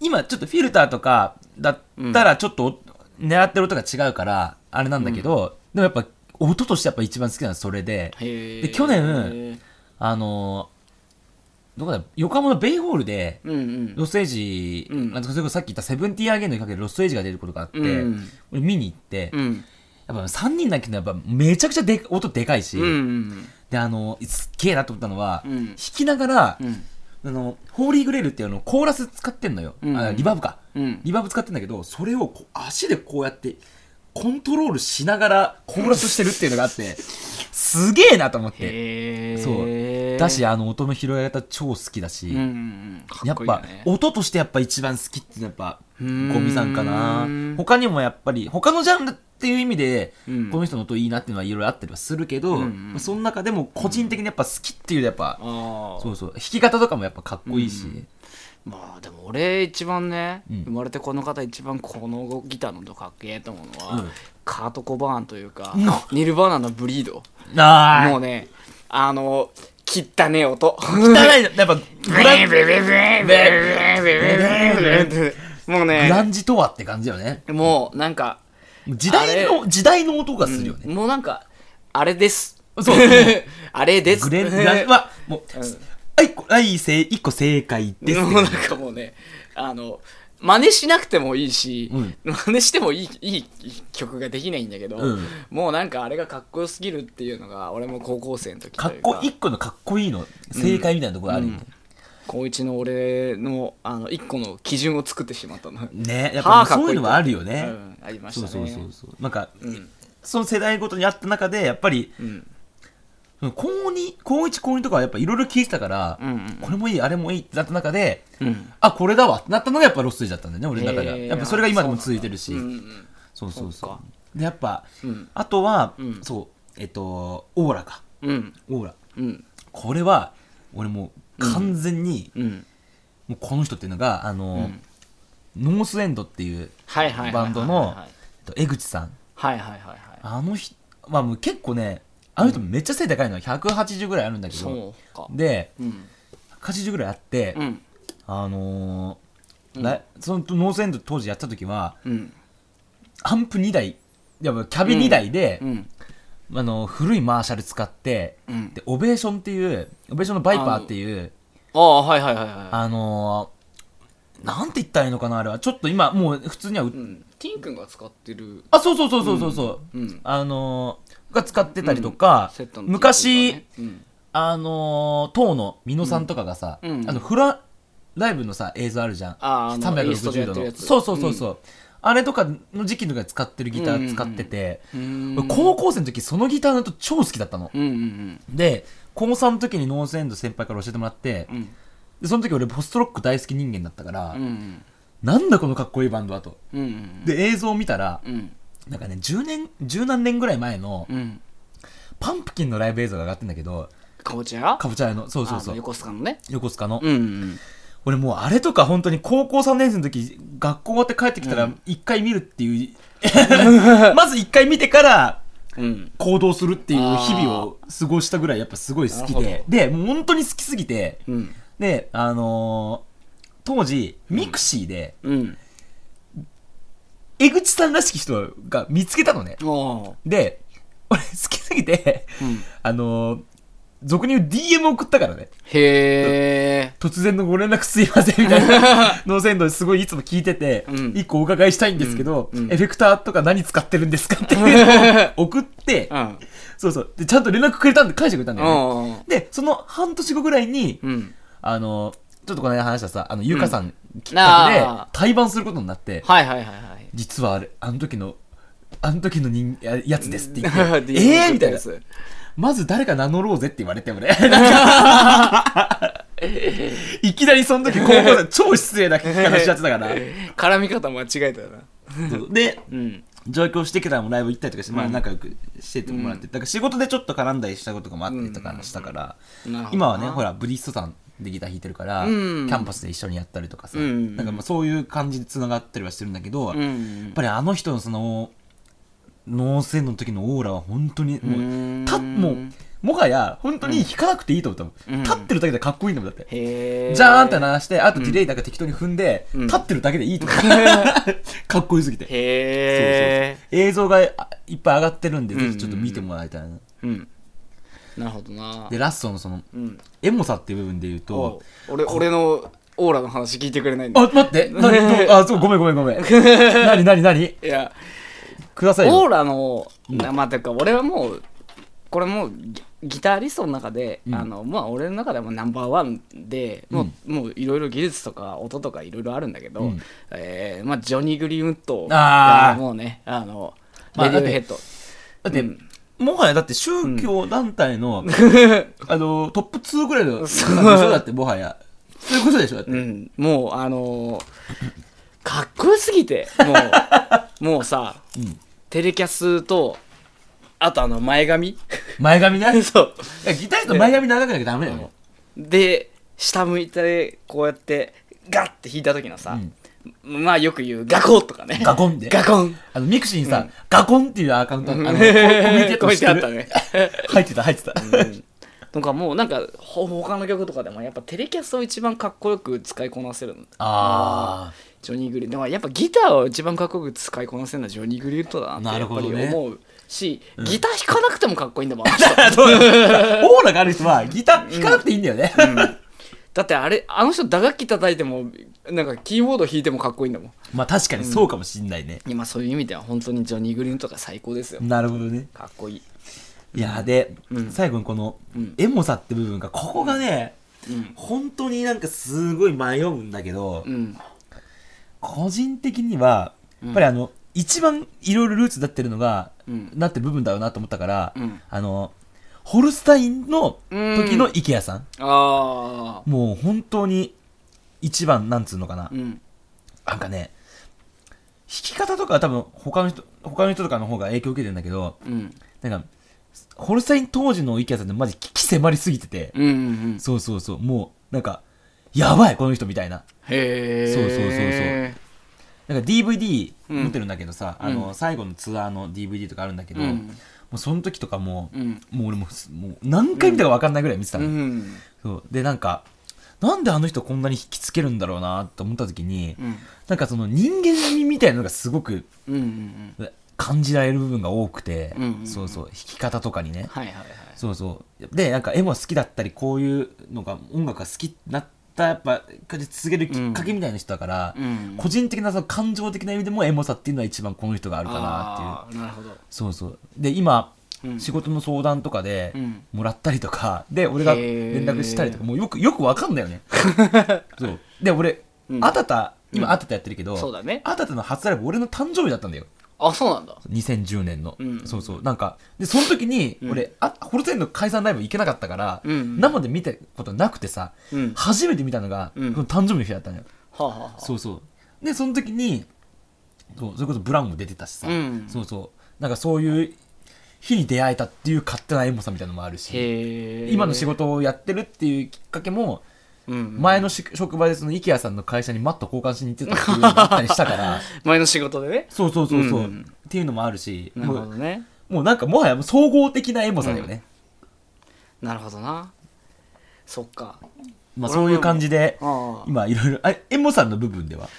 Speaker 1: 今ちょっとフィルターとかだったらちょっとお狙ってる音が違うからあれなんだけど、でもやっぱ音としてやっぱ一番好きなのはそれで、
Speaker 2: へえ
Speaker 1: で去年あのーどこだ横浜のベイホールで
Speaker 2: うんうん
Speaker 1: ロスエイジ、
Speaker 2: うん
Speaker 1: なんかそれこそさっき言ったセブンティーアゲインのかけるロスエイジが出ることがあって、
Speaker 2: うん
Speaker 1: 俺見に行って、
Speaker 2: うん
Speaker 1: やっぱ3人だけどやっぱめちゃくちゃで音でかいし、
Speaker 2: うんうん
Speaker 1: であのすっげえなと思ったのは、
Speaker 2: うん
Speaker 1: 弾きながら、
Speaker 2: うん
Speaker 1: あのホーリーグレールっていうのをコーラス使ってんのよ、
Speaker 2: うん
Speaker 1: あリバーブか、
Speaker 2: うん
Speaker 1: リバーブ使ってんだけどそれをこう足でこうやってコントロールしながらコーラスしてるっていうのがあって
Speaker 2: *laughs*
Speaker 1: すげえなと思って
Speaker 2: へえ
Speaker 1: そうだしあの音の拾い方超好きだし、
Speaker 2: うんうんうんか
Speaker 1: やっ
Speaker 2: っこいいよ
Speaker 1: ぱ
Speaker 2: ね
Speaker 1: 音としてやっぱ一番好きっていうのは
Speaker 2: う
Speaker 1: や
Speaker 2: ー
Speaker 1: っ
Speaker 2: ん
Speaker 1: ぱゴミさんかな他にもやっぱり他のジャンルっていう意味で、
Speaker 2: うん
Speaker 1: この人の音いいなっていうのはいろいろあったりはするけど、
Speaker 2: うんうん
Speaker 1: その中でも個人的にやっぱ好きっていうやっぱ、
Speaker 2: ああ
Speaker 1: そうそう弾き方とかもやっぱかっこいいし、
Speaker 2: まあでも俺一番ね、
Speaker 1: うん
Speaker 2: 生まれてこの方一番このギターの音かっけえと思うのは、
Speaker 1: うん
Speaker 2: カート・コバーンというか、
Speaker 1: うん
Speaker 2: ニルバーナのブリード
Speaker 1: ああ
Speaker 2: もうねあの汚ねえ音
Speaker 1: 汚いやっぱグラグ
Speaker 2: もう
Speaker 1: ラ
Speaker 2: ね
Speaker 1: ンジとはって感じだよね
Speaker 2: もうなんか、
Speaker 1: 時代の時代の音がするよね、
Speaker 2: もうなんかあれです
Speaker 1: そう
Speaker 2: *laughs* あれです
Speaker 1: グレグランジはもう、はいこはいせい一個正解です
Speaker 2: もうなんかもうねあの真似しなくてもいいし、
Speaker 1: うん
Speaker 2: 真似してもいいいいいい曲ができないんだけど、
Speaker 1: うん
Speaker 2: もうなんかあれがかっこよすぎるっていうのが俺も高校生の時と
Speaker 1: か
Speaker 2: い
Speaker 1: っ
Speaker 2: う
Speaker 1: こ一個のかっこいいの正解みたいなところあるよね、
Speaker 2: 高一の俺のあの一個の基準を作ってしまったの
Speaker 1: ねやっ
Speaker 2: は
Speaker 1: ぱ
Speaker 2: あかっ
Speaker 1: そ
Speaker 2: こ
Speaker 1: う
Speaker 2: い
Speaker 1: い
Speaker 2: いうと
Speaker 1: のはあるよね、
Speaker 2: うんありまし
Speaker 1: そう
Speaker 2: た
Speaker 1: そう
Speaker 2: ね
Speaker 1: そうそうなんか、
Speaker 2: ん
Speaker 1: その世代ごとにあった中でやっぱり
Speaker 2: うん
Speaker 1: 高2高1高2とかはやっぱいろいろ聞いてたから、
Speaker 2: うんうん
Speaker 1: これもいいあれもいいってなった中で
Speaker 2: うん
Speaker 1: あこれだわってなったのがやっぱロストイジだったんだよね俺の中では、
Speaker 2: へー
Speaker 1: やっぱそれが今でも続いてるし
Speaker 2: うんうん
Speaker 1: そうそうそう
Speaker 2: そっか
Speaker 1: でやっぱ、
Speaker 2: うん
Speaker 1: あとは、
Speaker 2: ん
Speaker 1: そうえっとオーラか
Speaker 2: うん
Speaker 1: オーラ
Speaker 2: うん
Speaker 1: これは俺もう完全に、
Speaker 2: うん
Speaker 1: もうこの人っていうのがあの、
Speaker 2: うん
Speaker 1: ノースエンドっていう
Speaker 2: はいはいはいはい
Speaker 1: バンドの
Speaker 2: はい
Speaker 1: えっと江口さん
Speaker 2: はいはいはいはい
Speaker 1: あの人まあもう結構ねあの人めっちゃ背高いの180ぐらいあるんだけど
Speaker 2: そうか
Speaker 1: で
Speaker 2: うん
Speaker 1: 80ぐらいあって、
Speaker 2: うん
Speaker 1: あのーなそのノースエンド当時やった時は
Speaker 2: うん
Speaker 1: アンプ2台いやキャビ2台で、
Speaker 2: うん
Speaker 1: あの古いマーシャル使って、
Speaker 2: うん
Speaker 1: でオベーションっていうオベーションのバイパーっていう
Speaker 2: ああはいはいはいは
Speaker 1: あのーなんて言ったらいいのかなあれはちょっと今もう普通にはう、
Speaker 2: いうんティン君が使ってる
Speaker 1: あそうそうそうそうそうそう、
Speaker 2: うん
Speaker 1: あのーが使ってたりとか、
Speaker 2: セットの
Speaker 1: 昔、
Speaker 2: ティン君がね
Speaker 1: あのー、当の美濃さんとかがさ、
Speaker 2: うんうん
Speaker 1: あのフラライブのさ映像あるじゃん
Speaker 2: あーあのイーストでや
Speaker 1: 360度
Speaker 2: ってるや
Speaker 1: の
Speaker 2: つ
Speaker 1: そうそうそうそう、あれとかの時期とか使ってるギタ
Speaker 2: うんうんう
Speaker 1: ー
Speaker 2: ん
Speaker 1: 使ってて、
Speaker 2: うん
Speaker 1: 俺高校生の時そのギターの音超好きだったの、
Speaker 2: うんうん
Speaker 1: で高3の時にノースエンド先輩から教えてもらって、
Speaker 2: うんうん
Speaker 1: でその時俺ポストロック大好き人間だったから、
Speaker 2: うん
Speaker 1: なんだこのかっこいいバンドはと。
Speaker 2: うんうん
Speaker 1: で、映像を見たら、
Speaker 2: うん
Speaker 1: なんかね、10年、十何年ぐらい前の、
Speaker 2: うん
Speaker 1: パンプキンのライブ映像が上がってんだけど、
Speaker 2: かぼちゃ
Speaker 1: かぼちゃ屋の、そうそうそ
Speaker 2: あの
Speaker 1: う、
Speaker 2: 横須賀のね
Speaker 1: 横須賀の。
Speaker 2: うんうん
Speaker 1: 俺もうあれとか本当に高校3年生の時、学校終わって帰ってきた
Speaker 2: う
Speaker 1: ら
Speaker 2: ん、
Speaker 1: 一回見るっていう、まず一回見てから、
Speaker 2: うん
Speaker 1: 行動するっていう日々を過ごしたぐらいやっぱすごい好き
Speaker 2: なる
Speaker 1: で
Speaker 2: ほ、
Speaker 1: で、もう本当に好きすぎて、
Speaker 2: うん
Speaker 1: で、あのー当時、ミクシーで、
Speaker 2: うん
Speaker 1: 江口さんらしき人が見つけたのね。
Speaker 2: おー
Speaker 1: で、 *laughs* 俺好きすぎて、
Speaker 2: うん
Speaker 1: あのー俗に言う DM 送ったからね。
Speaker 2: へえ
Speaker 1: 突然のご連絡すいませんみたいな
Speaker 2: *laughs*
Speaker 1: の鮮度ですごいいつも聞いてて、
Speaker 2: うん
Speaker 1: 一個お伺いしたいんですけど、
Speaker 2: うんうん
Speaker 1: エフェクターとか何使ってるんですか
Speaker 2: *laughs*
Speaker 1: っていうのを送って、
Speaker 2: うん
Speaker 1: そうそう。で、ちゃんと連絡くれたんで、返してくれたんだよ、ね。
Speaker 2: おー
Speaker 1: で、その半年後ぐらいに、
Speaker 2: うん
Speaker 1: あの、ちょっとこの間話したさ、あの、ゆうかさんきっかけで
Speaker 2: あー
Speaker 1: 対バンすることになって、
Speaker 2: はいはいはいはい
Speaker 1: 実はあれ、あの時の、あの時の人ややつですって
Speaker 2: *laughs*
Speaker 1: 言って、
Speaker 2: DM
Speaker 1: えーみたいな
Speaker 2: や。つ
Speaker 1: まず誰か名乗ろうぜって言われて、 *laughs* 俺。なんかいきなりその時高校生超失礼な聞き方しちゃってたから。
Speaker 2: 絡み方間違えたよな
Speaker 1: で、
Speaker 2: うん
Speaker 1: 上京してきたらもライブ行ったりとかして、まあ
Speaker 2: うん
Speaker 1: 仲良くしててもらって、だから仕事でちょっと絡んだりしたこともあったりとかしたから、
Speaker 2: なるほどな
Speaker 1: 今はね、ほら、ブリストさんでギター弾いてるから、
Speaker 2: うん
Speaker 1: キャンパスで一緒にやったりとかさ、
Speaker 2: うん
Speaker 1: なんかまあそういう感じで繋がったりはしてるんだけど、
Speaker 2: うんう
Speaker 1: やっ
Speaker 2: ん
Speaker 1: ぱりあの人のその、脳性の時のオーラは本当にもう、
Speaker 2: うん
Speaker 1: たもうもはや本当に弾かなくていいと思ったもん、
Speaker 2: うん
Speaker 1: 立ってるだけでかっこいいんだもんだって、
Speaker 2: へえ
Speaker 1: ジャーンって鳴らしてあとディレイなんか適当に踏んで、
Speaker 2: うん
Speaker 1: 立ってるだけでいいと思った、 *laughs* かっこよすぎて
Speaker 2: へえ
Speaker 1: 映像があいっぱい上がってるんで、ぜひちょっと見てもらいたいな、
Speaker 2: うんなるほどな
Speaker 1: でラストのその
Speaker 2: うん
Speaker 1: エモさっていう部分で言うと
Speaker 2: お俺俺のオーラの話聞いてくれないんだ
Speaker 1: あ待って何
Speaker 2: *laughs*
Speaker 1: どうあそうごめんごめんごめん何何何
Speaker 2: いや
Speaker 1: ください
Speaker 2: オー
Speaker 1: よ
Speaker 2: ラの、
Speaker 1: うん
Speaker 2: なまあてか俺はもうこれもうギギタリストの中で、
Speaker 1: うん
Speaker 2: あのまあ俺の中ではもうナンバーワンで、もうもういろいろ技術とか音とかいろいろあるんだけど、
Speaker 1: うん
Speaker 2: えーまあジョニー・グリーンウッド
Speaker 1: あー
Speaker 2: もうねあの
Speaker 1: まあ
Speaker 2: レディオヘッド、
Speaker 1: だって、もはやだって宗教団体
Speaker 2: *laughs*
Speaker 1: の、あのトップ2ぐらいの
Speaker 2: そう
Speaker 1: なんでしょだってもはやそういうことでしょだって、
Speaker 2: うん、もうあのーかっこよすぎても
Speaker 1: *laughs*
Speaker 2: うもうさ、
Speaker 1: ん
Speaker 2: テレキャスとあとあの前髪 *laughs*
Speaker 1: 前髪ねい
Speaker 2: そう
Speaker 1: やギタリスト前髪長くなきゃダメだよね
Speaker 2: で下向いてこうやってガッて弾いた時のさ、まあよく言うガコンとかね
Speaker 1: ガコンで
Speaker 2: ガコン
Speaker 1: あのミクシーにさ、ガコンっていうアカウントあのコミュニティ
Speaker 2: コミュニティ
Speaker 1: あ
Speaker 2: あ
Speaker 1: っ
Speaker 2: ったた
Speaker 1: の知って
Speaker 2: ね
Speaker 1: る *laughs* 入ってた入ってた、
Speaker 2: とかもうなんかほ他の曲とかでもやっぱテレキャスを一番かっこよく使いこなせるの
Speaker 1: あ
Speaker 2: ジョニー・グリーンでもやっぱギターを一番かっこよく使いこなせるのはジョニー・グリーンとだなってやっぱり
Speaker 1: なるほ
Speaker 2: 思うし、ギター弾かなくてもかっこいいんだもんあの人
Speaker 1: あそうだオーラがある人はギター弾かなくていいんだよね、
Speaker 2: だってあれあの人打楽器叩いてもなんかキーボード弾いてもかっこいいんだもん
Speaker 1: *laughs* まあ確かにそうかもしんないね、
Speaker 2: 今そういう意味では本当にジョニー・グリーンとか最高ですよ
Speaker 1: なるほどね
Speaker 2: かっこいい
Speaker 1: いやーで、
Speaker 2: うん
Speaker 1: 最後にこの
Speaker 2: うん
Speaker 1: エモさって部分がここがね、
Speaker 2: うん
Speaker 1: 本当になんかすごい迷うんだけど、
Speaker 2: うん
Speaker 1: 個人的にはやっぱりあの、一番いろいろルーツになってるのが、
Speaker 2: うん
Speaker 1: なってる部分だろうなと思ったから、
Speaker 2: うん
Speaker 1: あのホルスタインの時の池谷さん、
Speaker 2: ああ
Speaker 1: もう本当に一番なんつうのかな、
Speaker 2: うん
Speaker 1: なんかね、弾き方とかは多分他の人、他の人とかの方が影響受けてるんだけど、
Speaker 2: うん
Speaker 1: なんか、ホルスタイン当時の池谷さんってマジ鬼気迫りすぎてて、
Speaker 2: うんうん
Speaker 1: そうそうそう、もう、なんか、やばい、この人みたいな。
Speaker 2: へえ
Speaker 1: そうなんか DVD
Speaker 2: うん
Speaker 1: 持ってるんだけどさ、
Speaker 2: うん
Speaker 1: あの、最後のツアーの DVD とかあるんだけど、
Speaker 2: うん
Speaker 1: もうその時とかもう、
Speaker 2: うん
Speaker 1: もう俺もす、もう何回見たか分かんないぐらい見てた
Speaker 2: う
Speaker 1: の。
Speaker 2: ん
Speaker 1: そうで、なんか、なんであの人こんなに引きつけるんだろうなと思った時に、
Speaker 2: うん
Speaker 1: なんかその人間味みたいなのがすごく
Speaker 2: うんうん
Speaker 1: 感じられる部分が多くて、
Speaker 2: うんうんうん
Speaker 1: そうそう弾き方とかにね、
Speaker 2: はいはいはい
Speaker 1: そうそうでなんか絵も好きだったりこういうのが音楽が好きになったやっぱ続けるきっかけみたいな人だから、
Speaker 2: うん
Speaker 1: 個人的なその感情的な意味でもエモさっていうのは一番この人があるかなっていう
Speaker 2: あーなるほど
Speaker 1: そうそうで今、
Speaker 2: うん
Speaker 1: 仕事の相談とかで
Speaker 2: うん
Speaker 1: もらったりとかで俺が
Speaker 2: へー
Speaker 1: 連絡したりとかもうよくよくわかんないよねそうで俺、
Speaker 2: うん
Speaker 1: あたた今あたたやってるけど、
Speaker 2: そうだね
Speaker 1: あたたの初ライブ俺の誕生日だったんだよ
Speaker 2: あそうなんだ
Speaker 1: 2010年の、
Speaker 2: うん
Speaker 1: そうそうなんかでその時に
Speaker 2: うん
Speaker 1: 俺、あホルテンの解散ライブ行けなかったから、
Speaker 2: うん
Speaker 1: 生で見たことなくてさ、
Speaker 2: うんは
Speaker 1: 初めて見たのが、
Speaker 2: うん
Speaker 1: この誕生日の日だったのよ
Speaker 2: あはあはあ
Speaker 1: そうそうでその時にそうそれこそブラウンも出てたしさ、
Speaker 2: うん
Speaker 1: そうそうなんかそういう日に出会えたっていう勝手なエモさみたいなのもあるし
Speaker 2: へえ
Speaker 1: 今の仕、事をやってるっていうきっかけも
Speaker 2: うん、前
Speaker 1: 前のし職場でその IKEA さんの会社にマット交換しに行ってたっていうのがあったりしたから
Speaker 2: *laughs* の仕事でね
Speaker 1: そうそうそうそう、
Speaker 2: うんうん
Speaker 1: っていうのもあるし
Speaker 2: なるほ
Speaker 1: も
Speaker 2: ど
Speaker 1: う
Speaker 2: ね
Speaker 1: もうなんかもはやもう総合的なエモさだよね、
Speaker 2: なるほどなそっか
Speaker 1: まあ、そういう感じで
Speaker 2: ああ
Speaker 1: 今いろいろあエモさんの部分では、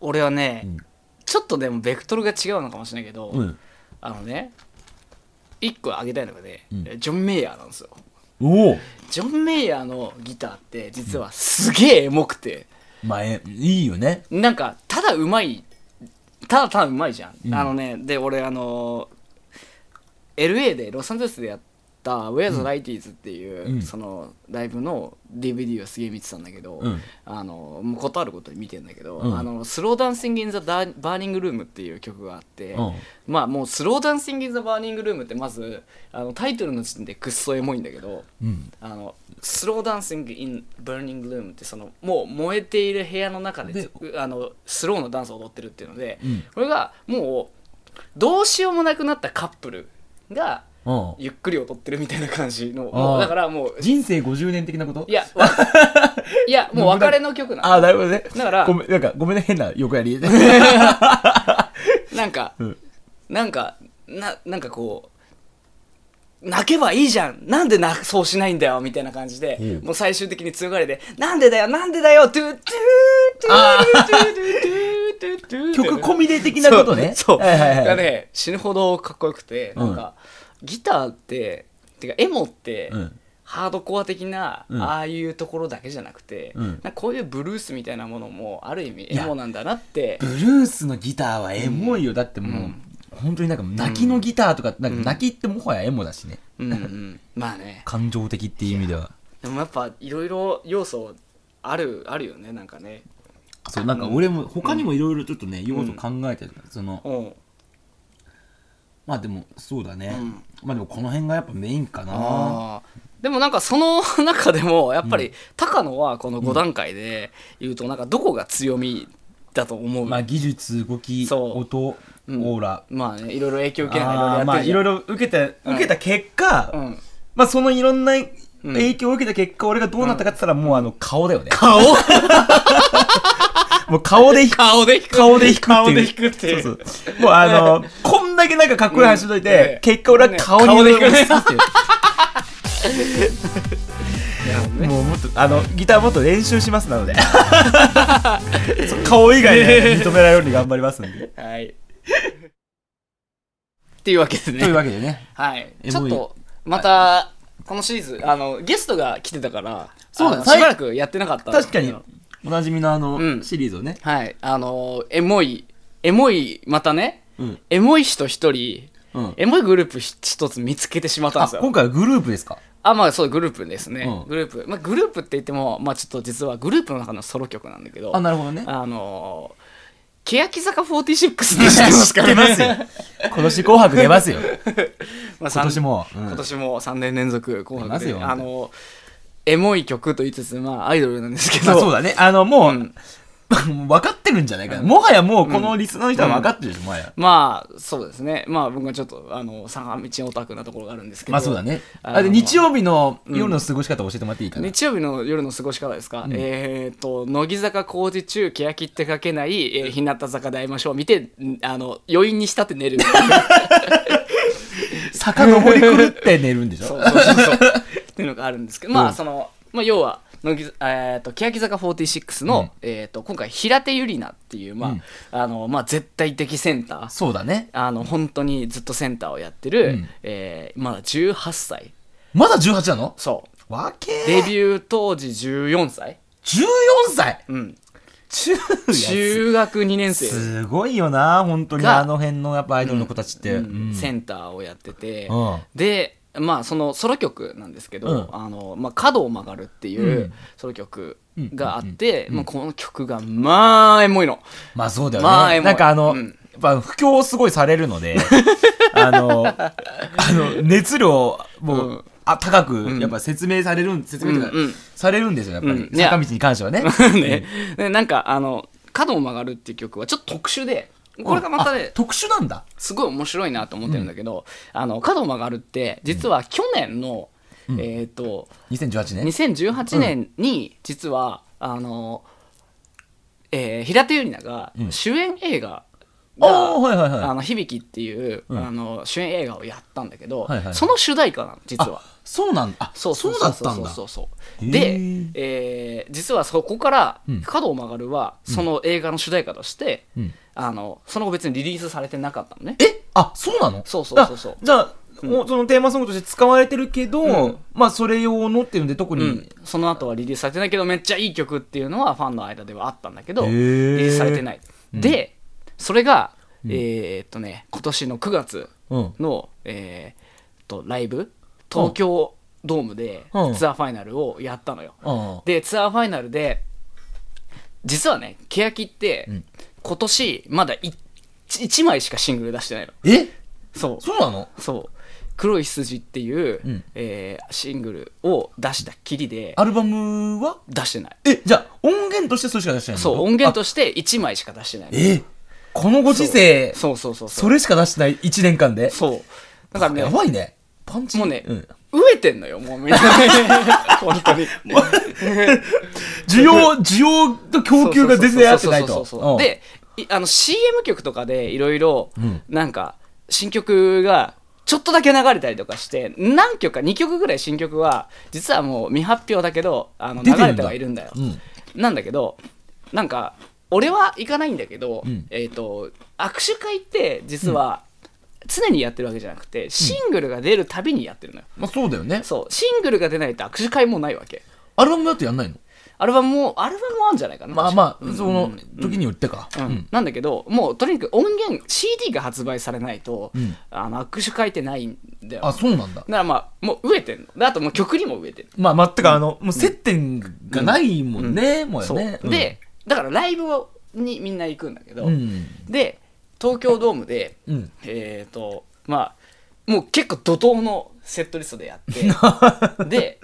Speaker 2: 俺はね、
Speaker 1: うん
Speaker 2: ちょっとでもベクトルが違うのかもしれないけど、
Speaker 1: うん、
Speaker 2: あのね一個挙げたいのがね、
Speaker 1: うん
Speaker 2: ジョン・メイヤーなんですよ
Speaker 1: おお
Speaker 2: ジョン・メイヤーのギターって実はすげえエモくて、
Speaker 1: まあえいいよね
Speaker 2: なんかただうまいただただうまいじゃん、
Speaker 1: うん
Speaker 2: あのねで俺あの LA でロサンゼルスでやった「Where the Light Is」っていう、
Speaker 1: うん
Speaker 2: そのライブの DVD をすげえ見てたんだけど、
Speaker 1: うん
Speaker 2: あのもうことあることに見てんだけど「
Speaker 1: うん
Speaker 2: あのスローダンシング・イン・ザ・バーニング・ルーム」っていう曲があって、
Speaker 1: うん
Speaker 2: まあもう「スローダンシング・イン・ザ・バーニング・ルーム」ってまずあのタイトルの時点でくっそエモいんだけど。
Speaker 1: うん
Speaker 2: あのスローダンシング・イン・バーニング・ルームってそのもう燃えている部屋の中で
Speaker 1: で
Speaker 2: あのスローのダンスを踊ってるっていうので、
Speaker 1: うん
Speaker 2: これがもうどうしようもなくなったカップルが
Speaker 1: うん
Speaker 2: ゆっくり踊ってるみたいな感じの
Speaker 1: あ
Speaker 2: も
Speaker 1: ー
Speaker 2: うだからもう
Speaker 1: 人生50年的なこと
Speaker 2: いやわいやもう別れの曲な
Speaker 1: ああなるほどね
Speaker 2: だから
Speaker 1: ごめんなんかごめんね変な横
Speaker 2: *laughs*
Speaker 1: やりで
Speaker 2: のなんか
Speaker 1: うん
Speaker 2: なんかななんかこう泣けばいいじゃんなんでなそうしないんだよみたいな感じで、
Speaker 1: うん
Speaker 2: もう最終的に強がりで「なんでだよなんでだよ」トゥートゥートゥ
Speaker 1: あ
Speaker 2: ートゥートゥートゥートゥートゥー
Speaker 1: 曲込みで的なことね
Speaker 2: *laughs* そうそ
Speaker 1: は
Speaker 2: う
Speaker 1: いはいはい
Speaker 2: がね死ぬほどかっこよくてなんか、ギターっててかエモって、
Speaker 1: うん
Speaker 2: ハードコア的な、
Speaker 1: うん
Speaker 2: ああいうところだけじゃなくて、
Speaker 1: うん
Speaker 2: なんかこういうブルースみたいなものもある意味
Speaker 1: い
Speaker 2: エ
Speaker 1: や
Speaker 2: モなんだなって
Speaker 1: ブルースのギターはエモいよだってもう、
Speaker 2: うん
Speaker 1: 本当になんか泣きのギターとかなんか泣きってもはやエモだしね、
Speaker 2: うんうんまあね
Speaker 1: 感情的っていう意味では
Speaker 2: でもやっぱいろいろ要素あるあるよねなんかね
Speaker 1: そうなんか俺も他にもいろいろちょっとね、要素考えてる、その
Speaker 2: うん
Speaker 1: まあでもそうだね、
Speaker 2: うん
Speaker 1: まあでもこの辺がやっぱメインかな
Speaker 2: あーでもなんかその *laughs* 中でもやっぱり高野はこの5段階で言うとなんかどこが強みだと思う、
Speaker 1: まあ技術動き
Speaker 2: そう
Speaker 1: 音オ
Speaker 2: うん
Speaker 1: ーラ、
Speaker 2: まあねいろいろ影響受けながら
Speaker 1: あーまあ
Speaker 2: い
Speaker 1: い
Speaker 2: ろ
Speaker 1: ろい
Speaker 2: いろや
Speaker 1: ろ
Speaker 2: ってる
Speaker 1: 受けた受けた結果、
Speaker 2: じゃん、うん、
Speaker 1: まあそのいろんな影響を受けた結果、俺がどうなったかって言ったらもうあの顔だよね、*laughs*
Speaker 2: 顔
Speaker 1: もう顔で引く
Speaker 2: 顔で引く
Speaker 1: 顔で引くっていう
Speaker 2: 顔で引くっていう
Speaker 1: そうそうもうあのこんだけなんかかっこいい話しといて、
Speaker 2: うんね
Speaker 1: 結果俺は顔に
Speaker 2: 顔で引くね
Speaker 1: 移すっていう
Speaker 2: なるほどね
Speaker 1: もうもっとあのギターもっと練習しますなのでそう顔以外で認められるように頑張りますんで
Speaker 2: はい *laughs* っていうわけで
Speaker 1: という
Speaker 2: ね
Speaker 1: わけでね
Speaker 2: はい
Speaker 1: エ
Speaker 2: ちょ
Speaker 1: モ
Speaker 2: っ
Speaker 1: い
Speaker 2: とまたこのシリーズあのゲストが来てたから
Speaker 1: そうだ
Speaker 2: あの
Speaker 1: 最
Speaker 2: しばらくやってなかったんです
Speaker 1: 確
Speaker 2: け
Speaker 1: か
Speaker 2: ど
Speaker 1: におなじみのあの、
Speaker 2: うん
Speaker 1: シリーズをね、
Speaker 2: はい、あのーエモい、エモい、またね、
Speaker 1: うん
Speaker 2: エモい人一人、
Speaker 1: うん、
Speaker 2: エモいグループひ一つ見つけてしまったん
Speaker 1: あ
Speaker 2: ですよ。
Speaker 1: 今回はグループですか
Speaker 2: あ、まあそう、グループですね。
Speaker 1: うん
Speaker 2: グループ。まあグループって言っても、まあちょっと実はグループの中のソロ曲なんだけど、
Speaker 1: あなるほどね
Speaker 2: あのー、欅坂46って知ってますからね。
Speaker 1: 知ってまよ今年紅白出ますよ
Speaker 2: *laughs* まあ
Speaker 1: 今年、も、
Speaker 2: さん今
Speaker 1: うん
Speaker 2: 年も3年連続紅白
Speaker 1: 出
Speaker 2: で、
Speaker 1: ますよ
Speaker 2: あのー、エモい曲と言いつつ、まあアイドルなんですけ
Speaker 1: まあ
Speaker 2: ど、
Speaker 1: そうだねあのもう、 *laughs*
Speaker 2: ん
Speaker 1: 分かってるんじゃないかな、もはやもうこのリスナーの人は分かってるでしょ、もはや
Speaker 2: まあそうですね。まあ僕はちょっと、あの、坂道オタクなところがあるんですけど、
Speaker 1: まあそうだね。
Speaker 2: あ
Speaker 1: あ
Speaker 2: の
Speaker 1: で日曜日の夜の過ごし方教えてもらっていいかな。
Speaker 2: 日曜日の夜の過ごし方ですか、えっ、と乃木坂工事中欅って書けない、えー、日向坂で会いましょう見てんあの余韻に浸って寝る
Speaker 1: 坂登り狂って寝る *laughs* んでし
Speaker 2: *laughs* そ
Speaker 1: ょ
Speaker 2: うそうそうそうっていうのがあるんですけどまあ、その、まあ、要は乃木、えー、と欅坂46の、
Speaker 1: うん
Speaker 2: えー、と今回平手友梨奈っていう、まあ
Speaker 1: うん
Speaker 2: あのまあ、絶対的センター
Speaker 1: そうだね。
Speaker 2: あの本当にずっとセンターをやってる、
Speaker 1: うん
Speaker 2: えーまだ18歳
Speaker 1: まだ18なの
Speaker 2: そう
Speaker 1: わけー
Speaker 2: デビュー当時14歳、
Speaker 1: 14歳
Speaker 2: *laughs* うん、
Speaker 1: 中や
Speaker 2: 中学2年
Speaker 1: つ
Speaker 2: 生
Speaker 1: すごいよな、本当に。
Speaker 2: が
Speaker 1: あの辺のやっぱアイドルの子たちって。
Speaker 2: うん
Speaker 1: うん
Speaker 2: センターをやってて、
Speaker 1: うん
Speaker 2: でまあそのソロ曲なんですけど「
Speaker 1: う
Speaker 2: あのまあ、角を曲がる」っていううんソロ曲があって、まあ、この曲がまあエモいの
Speaker 1: まあそうだよ
Speaker 2: まあエ
Speaker 1: ね。
Speaker 2: モい
Speaker 1: なんかあの、
Speaker 2: うん
Speaker 1: やっぱ布教をすごいされるの
Speaker 2: *laughs*
Speaker 1: で、あの、あの、熱量
Speaker 2: う
Speaker 1: も
Speaker 2: ん
Speaker 1: あ高く、やっぱ説明されるん、説明というか
Speaker 2: うんうん
Speaker 1: されるんですよ、やっぱ
Speaker 2: うん
Speaker 1: り。
Speaker 2: ね
Speaker 1: 坂道に関してはね。
Speaker 2: ね、でなんかあの角を曲がるっていう曲はちょっと特殊で、 *laughs* これがまた
Speaker 1: あ
Speaker 2: ね、
Speaker 1: 特殊なんだ
Speaker 2: すごい面白いなと思ってるんだけど、あの、角を曲がるって、実は去年の、えっ、と、
Speaker 1: 2018年
Speaker 2: 2018年に、実は、あの、えー平手友梨奈が
Speaker 1: うん
Speaker 2: 主演映画
Speaker 1: あ
Speaker 2: が、
Speaker 1: あはいはいは
Speaker 2: あ
Speaker 1: い
Speaker 2: の響きっていう、
Speaker 1: うん
Speaker 2: あの主演映画をやったんだけど、
Speaker 1: はいはい
Speaker 2: その主題歌なの実は
Speaker 1: あそうなんだあ
Speaker 2: そうそう
Speaker 1: だ
Speaker 2: そう
Speaker 1: ったん
Speaker 2: そう
Speaker 1: だ
Speaker 2: そうそう
Speaker 1: へー
Speaker 2: で、えー実はそこから
Speaker 1: うん
Speaker 2: 角を曲がるはその映画の主題歌として、
Speaker 1: うん
Speaker 2: あのその後別にリリースされてなかったのね
Speaker 1: えあそうなの
Speaker 2: そうそうそうそう
Speaker 1: あじゃあ、もうそのテーマソングとして使われてるけど、
Speaker 2: うん
Speaker 1: まあそれ用のっていうので特に、
Speaker 2: うん、その後はリリースされてないけどめっちゃいい曲っていうのはファンの間ではあったんだけど
Speaker 1: へ
Speaker 2: リ
Speaker 1: ー
Speaker 2: リースされてない、
Speaker 1: うん
Speaker 2: でそれが、
Speaker 1: うん
Speaker 2: えーっとね今年の9月
Speaker 1: うん
Speaker 2: の、えーっとライブ東京ドームで
Speaker 1: うん
Speaker 2: ツアーファイナルをやったのよ、
Speaker 1: あ
Speaker 2: でツアーファイナルで実はね欅って、
Speaker 1: うん
Speaker 2: 今年まだ 1, 枚しかシングル出してないの
Speaker 1: え
Speaker 2: そう
Speaker 1: そうなの
Speaker 2: そう「黒い筋」っていう、
Speaker 1: うん
Speaker 2: えーシングルを出したきりで
Speaker 1: アルバムは
Speaker 2: 出してない
Speaker 1: えじゃあ音源としてそれしか出してないの
Speaker 2: そう音源として1枚しか出してない
Speaker 1: あえこのご時世そ
Speaker 2: そうそうそうそう
Speaker 1: れしか出してない1年間で
Speaker 2: そうだからね
Speaker 1: やばいねパンチ
Speaker 2: もうね、
Speaker 1: ん
Speaker 2: 飢えてんのよもうみんな *laughs* 本 *laughs* 当に
Speaker 1: 需要需要と供給が全然合ってない
Speaker 2: そう
Speaker 1: と
Speaker 2: そうそうそうそうそうそううんでいあの CM 曲とかでいろいろ
Speaker 1: うん
Speaker 2: なんか新曲がちょっとだけ流れたりとかして何曲か2曲ぐらい新曲は実はもう未発表だけどあの
Speaker 1: 出
Speaker 2: 流
Speaker 1: てるんだ
Speaker 2: れてはいるんだよ
Speaker 1: うん
Speaker 2: なんだけどなんか俺は行かないんだけど、
Speaker 1: うん
Speaker 2: えっ、と握手会って実は常にやってるわけじゃなくてシングルが出るたびにやってるのよ、
Speaker 1: まあそうだよね
Speaker 2: そうシングルが出ないと握手会もないわけ
Speaker 1: アルバムだとやんないの
Speaker 2: アルバムもアルバムもあるんじゃないかな
Speaker 1: まあま
Speaker 2: うん
Speaker 1: あその時によってか
Speaker 2: うん
Speaker 1: うん
Speaker 2: なんだけどもうとにかく音源 CD が発売されないと、
Speaker 1: うん
Speaker 2: あの握手会ってないんだよ
Speaker 1: あそうなんだ
Speaker 2: だからまあもう飢えてんのであともう曲にも飢えてる
Speaker 1: まあまあてかあのもう接点がないもんねもうよ
Speaker 2: そう、
Speaker 1: ねうん
Speaker 2: でだからライブをにみんな行くんだけど、
Speaker 1: うん
Speaker 2: で東京ドームで
Speaker 1: うん
Speaker 2: えっ、とまあもう結構怒涛のセットリストでや
Speaker 1: *laughs*
Speaker 2: ってで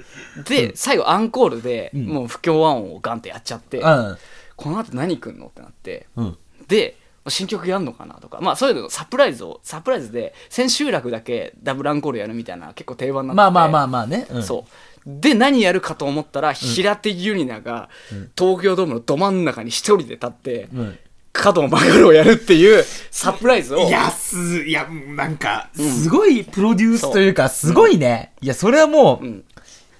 Speaker 2: で、最後アンコールで、
Speaker 1: うん
Speaker 2: もう不協和音をガンってやっちゃって、
Speaker 1: あ
Speaker 2: この後何来んのってなって
Speaker 1: うん
Speaker 2: で新曲やんのかなとかまあそういうのサプライズをサプライズで千秋楽だけダブルアンコールやるみたいな結構定番になってて
Speaker 1: まあまあまあまあねうん
Speaker 2: そうで何やるかと思ったら、平手友梨奈が東京ドームのど真ん中に一人で立って、
Speaker 1: うん
Speaker 2: 角を曲がるをやるっていうサプライズを
Speaker 1: いや、す、いや、なんか、すごいプロデュースというか、すごいね。いや、それはもう、う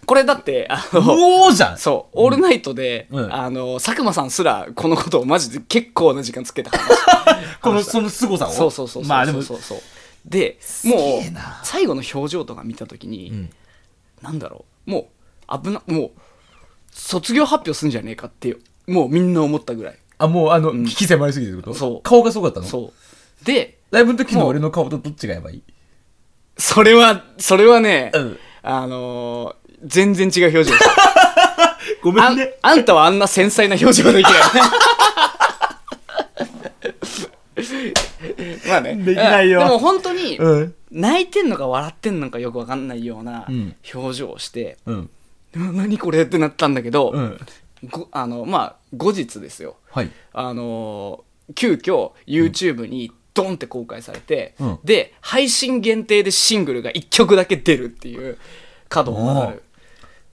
Speaker 2: これだってあの
Speaker 1: おーじゃん
Speaker 2: そう、オールナイトで、
Speaker 1: うん
Speaker 2: あの佐久間さんすらこのことをマジで結構な時間つけた話
Speaker 1: この、その凄さを。
Speaker 2: そうそうそうそう
Speaker 1: まあでも、
Speaker 2: そうそうでもう最後の表情とか見た時に、
Speaker 1: ん
Speaker 2: なんだろうもう危なもう卒業発表すんじゃねえかってもうみんな思ったぐらい
Speaker 1: あ、もう、あの、聞き迫りすぎてるってこと
Speaker 2: そう
Speaker 1: 顔がすごかったの
Speaker 2: そうで
Speaker 1: ライブの時の俺の顔とどっちがやばい
Speaker 2: それはそれはね、
Speaker 1: うん
Speaker 2: あのー全然違う表情でした
Speaker 1: ご
Speaker 2: あん。あんたはあんな繊細な表情ができない *laughs* まあね
Speaker 1: できないよ
Speaker 2: でも本当に、
Speaker 1: うん。
Speaker 2: 泣いてんのか笑ってんのかよくわかんないような
Speaker 1: うん
Speaker 2: 表情をして、
Speaker 1: うん。
Speaker 2: な何これってなったんだけど、
Speaker 1: うん。
Speaker 2: ごあのまあ後日ですよ
Speaker 1: はい。
Speaker 2: あのー急遽 YouTube にドンって公開されて、
Speaker 1: うん
Speaker 2: で配信限定でシングルが1曲だけ出るっていう角を曲がる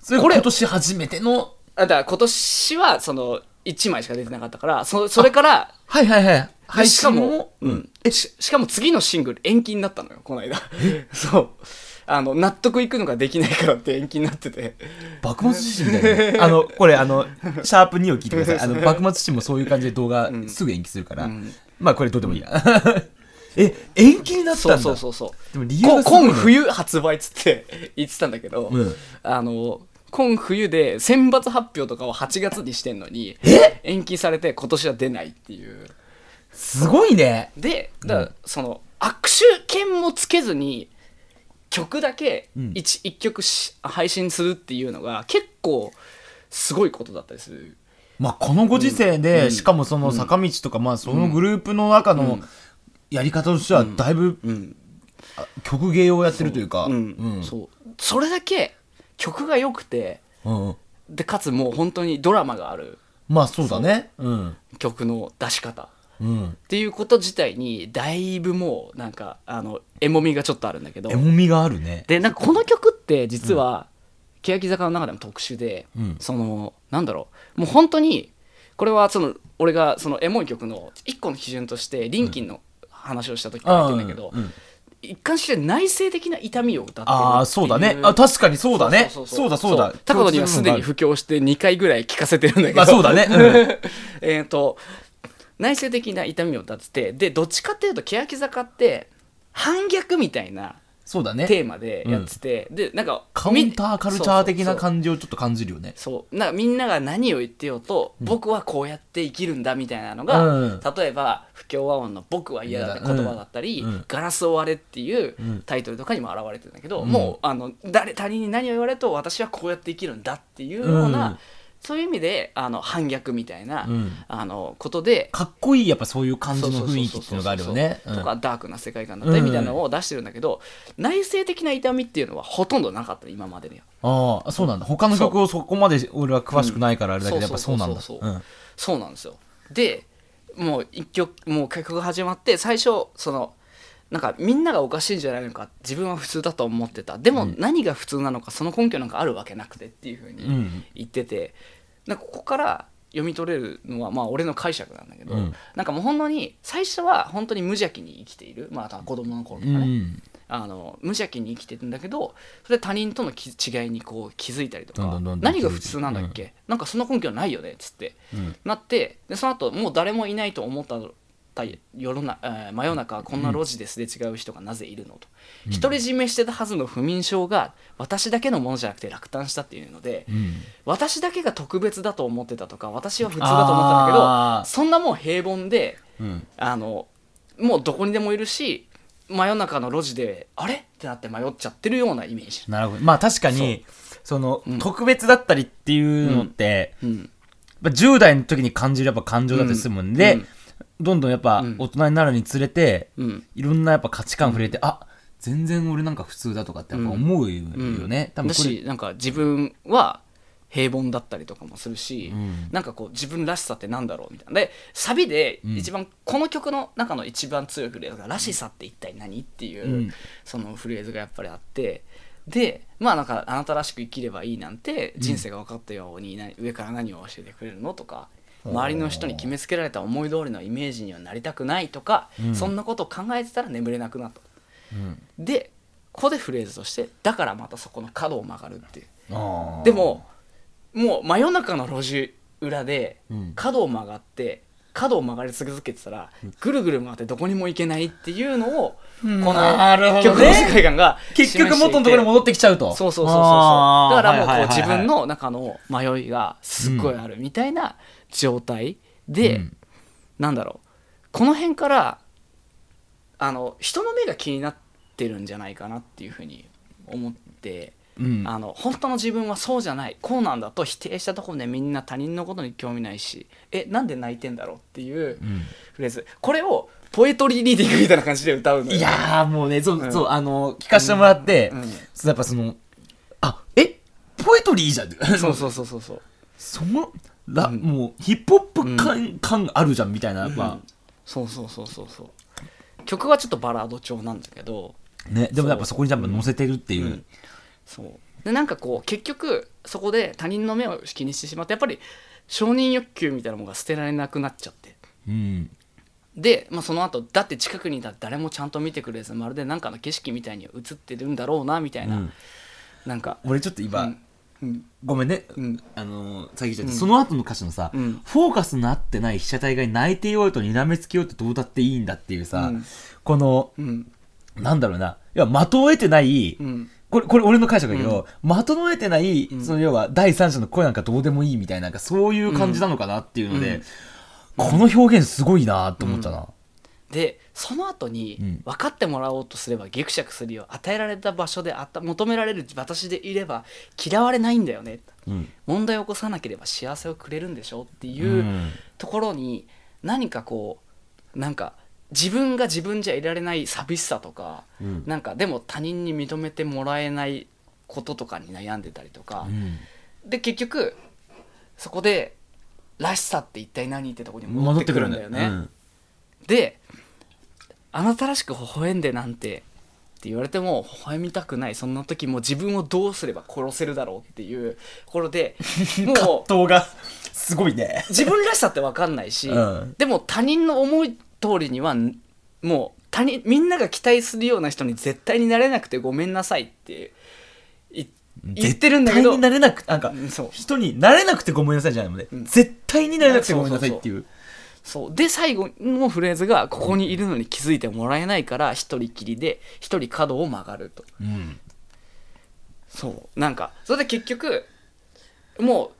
Speaker 1: それ、
Speaker 2: これ
Speaker 1: 今年初めての、
Speaker 2: あだから今年はその1枚しか出てなかったからそそれから
Speaker 1: はいはいはい。
Speaker 2: で
Speaker 1: 配
Speaker 2: しか
Speaker 1: 信
Speaker 2: も
Speaker 1: も、、
Speaker 2: うん、ししかも次のシングル延期になったのよこの間そう *laughs* あの納得いくのができないからって延期になってて
Speaker 1: 幕末自身みた
Speaker 2: *laughs*
Speaker 1: いなね。あの、これ、あの、シャープ2を聞いてください。あの、幕末自身もそういう感じで動画すぐ延期するから
Speaker 2: ん。
Speaker 1: まあ、これどうでもいいや。 *laughs* え、延期になったん
Speaker 2: そ
Speaker 1: だ
Speaker 2: うそうそうそう
Speaker 1: でも理由がす
Speaker 2: こ
Speaker 1: ごいね
Speaker 2: 今冬発売っつって言ってたんだけど、
Speaker 1: うん
Speaker 2: あの今冬で選抜発表とかを8月にしてんのに延期されて今年は出ないっていう
Speaker 1: すごいね。
Speaker 2: でだから
Speaker 1: うん
Speaker 2: その握手券もつけずに曲だけ 1,、
Speaker 1: うん
Speaker 2: 一一曲し配信するっていうのが結構すごいことだったりする
Speaker 1: まあ、このご時世で、しかもその坂道とか、まあ、そのグループの中のやり方としては、だいぶ、
Speaker 2: うん、
Speaker 1: あ曲芸をやってるというか、
Speaker 2: うん
Speaker 1: うん
Speaker 2: そうそれだけ曲が良くて
Speaker 1: うん
Speaker 2: でかつもう本当にドラマがある
Speaker 1: まあそうだねうん
Speaker 2: 曲の出し方
Speaker 1: うん
Speaker 2: っていうこと自体にだいぶもうなんかあのえもみがちょっとあるんだけど
Speaker 1: えもみがあるね
Speaker 2: でなんかこの曲って実は、欅坂の中でも特殊で、
Speaker 1: うん
Speaker 2: そのなんだろうもう本当にこれはその俺がそのエモい曲の一個の基準としてリンキンの話をした時から言ってんだけど、
Speaker 1: うんうん
Speaker 2: 一貫して内省的な痛みを歌ってるってい
Speaker 1: ああそうだねあ確かにそうだね
Speaker 2: そ
Speaker 1: そうう
Speaker 2: そうそう
Speaker 1: だそうだ
Speaker 2: 高野にはすでに布教して2回ぐらい聞かせてるんだけど
Speaker 1: まあそうだねう
Speaker 2: *laughs* えっと内省的な痛みを歌っててでどっちかっていうと欅坂って反逆みたいな
Speaker 1: そうだね
Speaker 2: テーマでやってて、でなんか
Speaker 1: カウンターカルチャー的な
Speaker 2: じ
Speaker 1: 感じをちょっと感じるよね
Speaker 2: そうなんかみんなが何を言ってようと、僕はこうやって生きるんだみたいなの
Speaker 1: う
Speaker 2: が
Speaker 1: ん、
Speaker 2: 例えば「不協和音の僕は嫌だ」って言葉だったり「
Speaker 1: うんうん
Speaker 2: ガラスを割れ」っていう
Speaker 1: うん
Speaker 2: タイトルとかにも表れてるんだけど、
Speaker 1: うん
Speaker 2: もうあの誰他人に何を言われると私はこうやって生きるんだっていうような、
Speaker 1: うん
Speaker 2: そういう意味であの反逆みたいな、
Speaker 1: うん
Speaker 2: あのことで。
Speaker 1: かっこいいやっぱそういう感じの雰囲気っていうのがあるよね
Speaker 2: そうそうそうそうとかダークな世界観だったりみたいなのを出してるんだけど、内省的な痛みっていうのはほとんどなかった今までで
Speaker 1: ああそうなんだ他の曲をそこまで俺は詳しくないからあれだけどやっぱそうなんだ
Speaker 2: そうそ
Speaker 1: う
Speaker 2: うそうんそうなんですよでもう一曲もう曲が始まって最初そのなんかみんながおかしいんじゃないのか自分は普通だと思ってたでも何が普通なのかその根拠なんかあるわけなくてっていうふう
Speaker 1: う
Speaker 2: に
Speaker 1: ん
Speaker 2: 言っててなんかここから読み取れるのはまあ俺の解釈なんだけど、
Speaker 1: うん
Speaker 2: なんかもうほんのに最初は本当に無邪気に生きているまあ多分子供の頃と
Speaker 1: う
Speaker 2: かね、
Speaker 1: ん
Speaker 2: あの無邪気に生きてるんだけどそれで他人とのき違いにこう気づいたりとか
Speaker 1: どんどんどんどん
Speaker 2: 何が普通なんだっけ、なんかその根拠ないよねっつって、
Speaker 1: うん
Speaker 2: なってでその後もう誰もいないと思った世のな、えー真夜中こんな路地ですれ違う人がなぜいるのと、独り占めしてたはずの不眠症が私だけのものじゃなくて落胆したっていうので、
Speaker 1: うん
Speaker 2: 私だけが特別だと思ってたとか私は普通だと思ってたんだ
Speaker 1: あ
Speaker 2: けど
Speaker 1: ー
Speaker 2: そんなもう平凡で
Speaker 1: うん
Speaker 2: あのもうどこにでもいるし真夜中の路地であれってなって迷っちゃってるようなイメージ、
Speaker 1: なるほどまあ確かにその
Speaker 2: うん
Speaker 1: 特別だったりっていうのって
Speaker 2: うん、
Speaker 1: まあ10代の時に感じるやっぱ感情だったりするもん
Speaker 2: う
Speaker 1: で
Speaker 2: ん
Speaker 1: どんどんやっぱ
Speaker 2: うん
Speaker 1: 大人になるにつれて
Speaker 2: うん
Speaker 1: いろんなやっぱ価値観触れて、あ全然俺なんか普通だとかってやっぱ思うよね、多
Speaker 2: だ
Speaker 1: 分これ
Speaker 2: しなんか自分は平凡だったりとかもするし、
Speaker 1: うん
Speaker 2: なんかこう自分らしさってなんだろうみたいなでサビで
Speaker 1: うん
Speaker 2: 一番、この曲の中の一番強いフレーズが「らしさって一体何?」っていう、
Speaker 1: うん
Speaker 2: そのフレーズがやっぱりあってでまあなんか「あなたらしく生きればいい」なんて人生が分かったように、な上から何を教えてくれるのとか。周りの人に決めつけられた思い通りのイメージにはなりたくないとか、
Speaker 1: うん
Speaker 2: そんなことを考えてたら眠れなくなった
Speaker 1: うん
Speaker 2: でここでフレーズとしてだからまたそこの角を曲がるっていう
Speaker 1: あー
Speaker 2: でももう真夜中の路地裏で
Speaker 1: うん
Speaker 2: 角を曲がって角を曲がり続けてたらぐるぐる回ってどこにも行けないっていうのをこ
Speaker 1: うん
Speaker 2: の
Speaker 1: なるほどね
Speaker 2: 曲の世界観が
Speaker 1: 結局元のところに
Speaker 2: っ
Speaker 1: 戻ってきちゃうと
Speaker 2: そうそうそうそう
Speaker 1: あ
Speaker 2: そう
Speaker 1: ー
Speaker 2: だからもうこう
Speaker 1: はい
Speaker 2: 自
Speaker 1: はいはいはい
Speaker 2: 分の中の迷いがすっごいあるみたいな状態で、
Speaker 1: うん
Speaker 2: なんだろうこの辺からあの人の目が気になってるんじゃないかなっていうふうに思って、
Speaker 1: うん
Speaker 2: あの本当の自分はそうじゃないこうなんだと否定したところでみんな他人のことに興味ないしえなんで泣いてんだろうっていう
Speaker 1: うん
Speaker 2: フレーズこれをポエトリーリーディングみたいな感じで歌うのよ
Speaker 1: いやーもうねそううんそうあの聞かせてもらって、
Speaker 2: うんうん
Speaker 1: そうやっぱそのあえポエトリーじゃん *laughs*
Speaker 2: そうそうそうそうそう
Speaker 1: そのら、
Speaker 2: うん
Speaker 1: もうヒップホップ感,、感あるじゃんみたいなやっぱ、
Speaker 2: そうそうそうそうそう曲はちょっとバラード調なんだけど
Speaker 1: ねでもやっぱそこにやっぱ乗せてるっていう、
Speaker 2: うんそうでなんかこう結局そこで他人の目を気にしてしまってやっぱり承認欲求みたいなものが捨てられなくなっちゃって
Speaker 1: うん
Speaker 2: で、まあ、その後だって近くにいたら誰もちゃんと見てくれずまるでなんかの景色みたいに映ってるんだろうなみたいな、
Speaker 1: うん
Speaker 2: なんか、
Speaker 1: 俺ちょっと今、
Speaker 2: うんうん
Speaker 1: ごめんね、
Speaker 2: うん
Speaker 1: あのー、詐欺ちゃん、その後の歌詞のさ、
Speaker 2: うん
Speaker 1: フォーカスなってない被写体が泣いていようとにらめつけようってどうだっていいんだっていうさ、
Speaker 2: うん
Speaker 1: この、
Speaker 2: うん
Speaker 1: なんだろうな、いや、的を得てない、
Speaker 2: うん
Speaker 1: これ、これ俺の解釈だけど、的の得てない、その要は第三者の声なんかどうでもいいみたいな、なんかそういう感じなのかなっていうので、この表現すごいなって思ったな。
Speaker 2: でその後に
Speaker 1: うん
Speaker 2: 分かってもらおうとすればギクシャクするよ与えられた場所であった求められる私でいれば嫌われないんだよね
Speaker 1: うん。
Speaker 2: 問題を起こさなければ幸せをくれるんでしょっていうう、
Speaker 1: ん
Speaker 2: ところに何かこうなんか自分が自分じゃいられない寂しさとか、
Speaker 1: うん
Speaker 2: なんかでも他人に認めてもらえないこととかに悩んでたりとか、
Speaker 1: うん
Speaker 2: で結局そこでらしさって一体何ってとこに戻
Speaker 1: 戻
Speaker 2: っ
Speaker 1: ってて
Speaker 2: く
Speaker 1: く
Speaker 2: る
Speaker 1: る
Speaker 2: ん
Speaker 1: ん
Speaker 2: だ
Speaker 1: だ
Speaker 2: よ
Speaker 1: よ
Speaker 2: ね
Speaker 1: ね、
Speaker 2: で「あなたらしく微笑んでなんて」って言われても微笑みたくないそんな時もう自分をどうすれば殺せるだろうっていうとこ
Speaker 1: *laughs*
Speaker 2: ろでもう
Speaker 3: 動画すごいね
Speaker 2: 自分らしさって分かんないし、
Speaker 3: うん
Speaker 2: でも他人の思い通りにはもう他人みんなが期待するような人に絶対になれなくてごめんなさいってい言ってるんだけど
Speaker 3: 絶対になれなくなんか
Speaker 2: うんそう
Speaker 3: 人になれなくてごめんなさいじゃないもんね、
Speaker 2: ん
Speaker 3: 絶対になれなくてごめんなさいっていう
Speaker 2: そうで最後のフレーズが「ここにいるのに気づいてもらえないから一人きりで一人角を曲がる」と。
Speaker 3: うん
Speaker 2: そうなんかそれで結局もう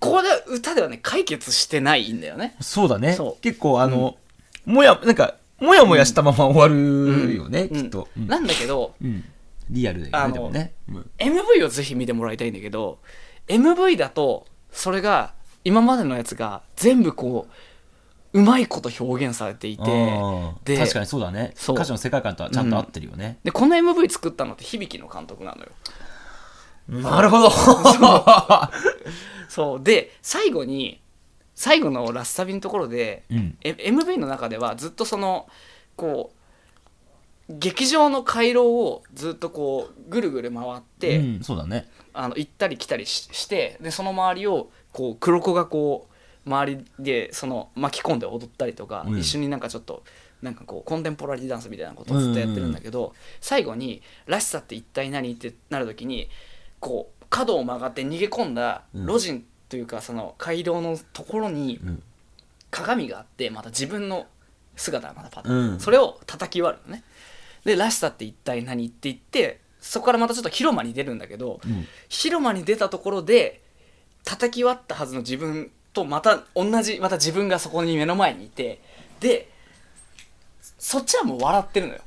Speaker 2: ここで歌ではね解決してないんだよね
Speaker 3: そうだね
Speaker 2: そう
Speaker 3: 結構あの、もやなんかもやもやしたまま終わるよね、
Speaker 2: うん
Speaker 3: きっと、うん
Speaker 2: なんだけど
Speaker 3: うんリアルだ
Speaker 2: あ
Speaker 3: よ
Speaker 2: の
Speaker 3: ねでもね、うん、
Speaker 2: MV をぜひ見てもらいたいんだけど MV だとそれが今までのやつが全部こううまいこと表現されていて
Speaker 1: あー
Speaker 2: で
Speaker 1: 確かにそうだね
Speaker 2: そう
Speaker 1: 歌詞の世界観とはちゃんと合ってるよね、
Speaker 2: でこの MV 作ったのって響の監督なのよ
Speaker 3: なるほど *laughs*
Speaker 2: そうで最後に最後のラスサビのところで、
Speaker 1: うん
Speaker 2: え MV の中ではずっとそのこう劇場の回廊をずっとこうぐるぐる回って、
Speaker 1: うんそうだね
Speaker 2: あの行ったり来たりししてでその周りをこう黒子がこう周りでその巻き込んで踊ったりとか、
Speaker 1: うん
Speaker 2: 一緒になんかちょっとなんかこうコンテンポラリーダンスみたいなことをずっとやってるんだけど、最後に「らしさって一体何?」ってなる時にこう角を曲がって逃げ込んだ
Speaker 1: うん
Speaker 2: 路地というかその街道のところに
Speaker 1: うん
Speaker 2: 鏡があってまた自分の姿がまたパッと
Speaker 1: うん
Speaker 2: それを叩き割るのねで「らしさって一体何?」って言ってそこからまたちょっと広間に出るんだけど、
Speaker 1: うん
Speaker 2: 広間に出たところで叩き割ったはずの自分とまた同じまた自分がそこに目の前にいてでそっちはもう笑ってるのよ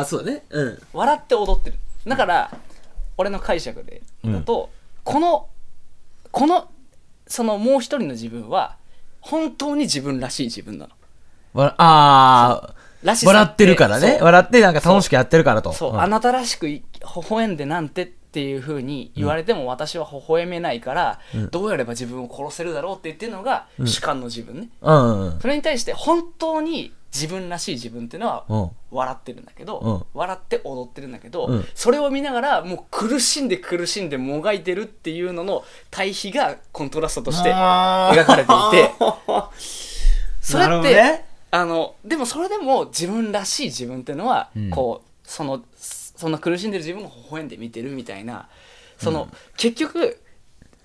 Speaker 2: で
Speaker 3: そうだねうん
Speaker 2: 笑って踊ってるだから、俺の解釈でだと、このこのそのもう一人の自分は本当に自分らしい自分なの
Speaker 1: わあ
Speaker 2: ら
Speaker 1: ー
Speaker 2: しさ
Speaker 1: 笑ってるから
Speaker 2: そ
Speaker 1: ね
Speaker 2: う
Speaker 1: 笑ってなんか楽しくやってるからと
Speaker 2: そう、
Speaker 1: ん
Speaker 2: あなたらしくい微笑んでなんてっていうふうに言われても私は微笑めないから、どうやれば自分を殺せるだろうって言ってるのが主観の自分ね、
Speaker 1: うんうん
Speaker 2: それに対して本当に自分らしい自分っていうのは
Speaker 1: うん
Speaker 2: 笑ってるんだけど、
Speaker 1: うん
Speaker 2: 笑って踊ってるんだけど、
Speaker 1: うん
Speaker 2: それを見ながらもう苦しんで苦しんでもがいてるっていうのの対比がコントラストとして描かれていて
Speaker 1: *laughs*
Speaker 2: それ
Speaker 3: なる
Speaker 2: っ
Speaker 3: ほ
Speaker 2: て、
Speaker 3: どね
Speaker 2: あのでもそれでも自分らしい自分っていうのは、こうそのその苦しんでる自分を微笑んで見てるみたいなその、結局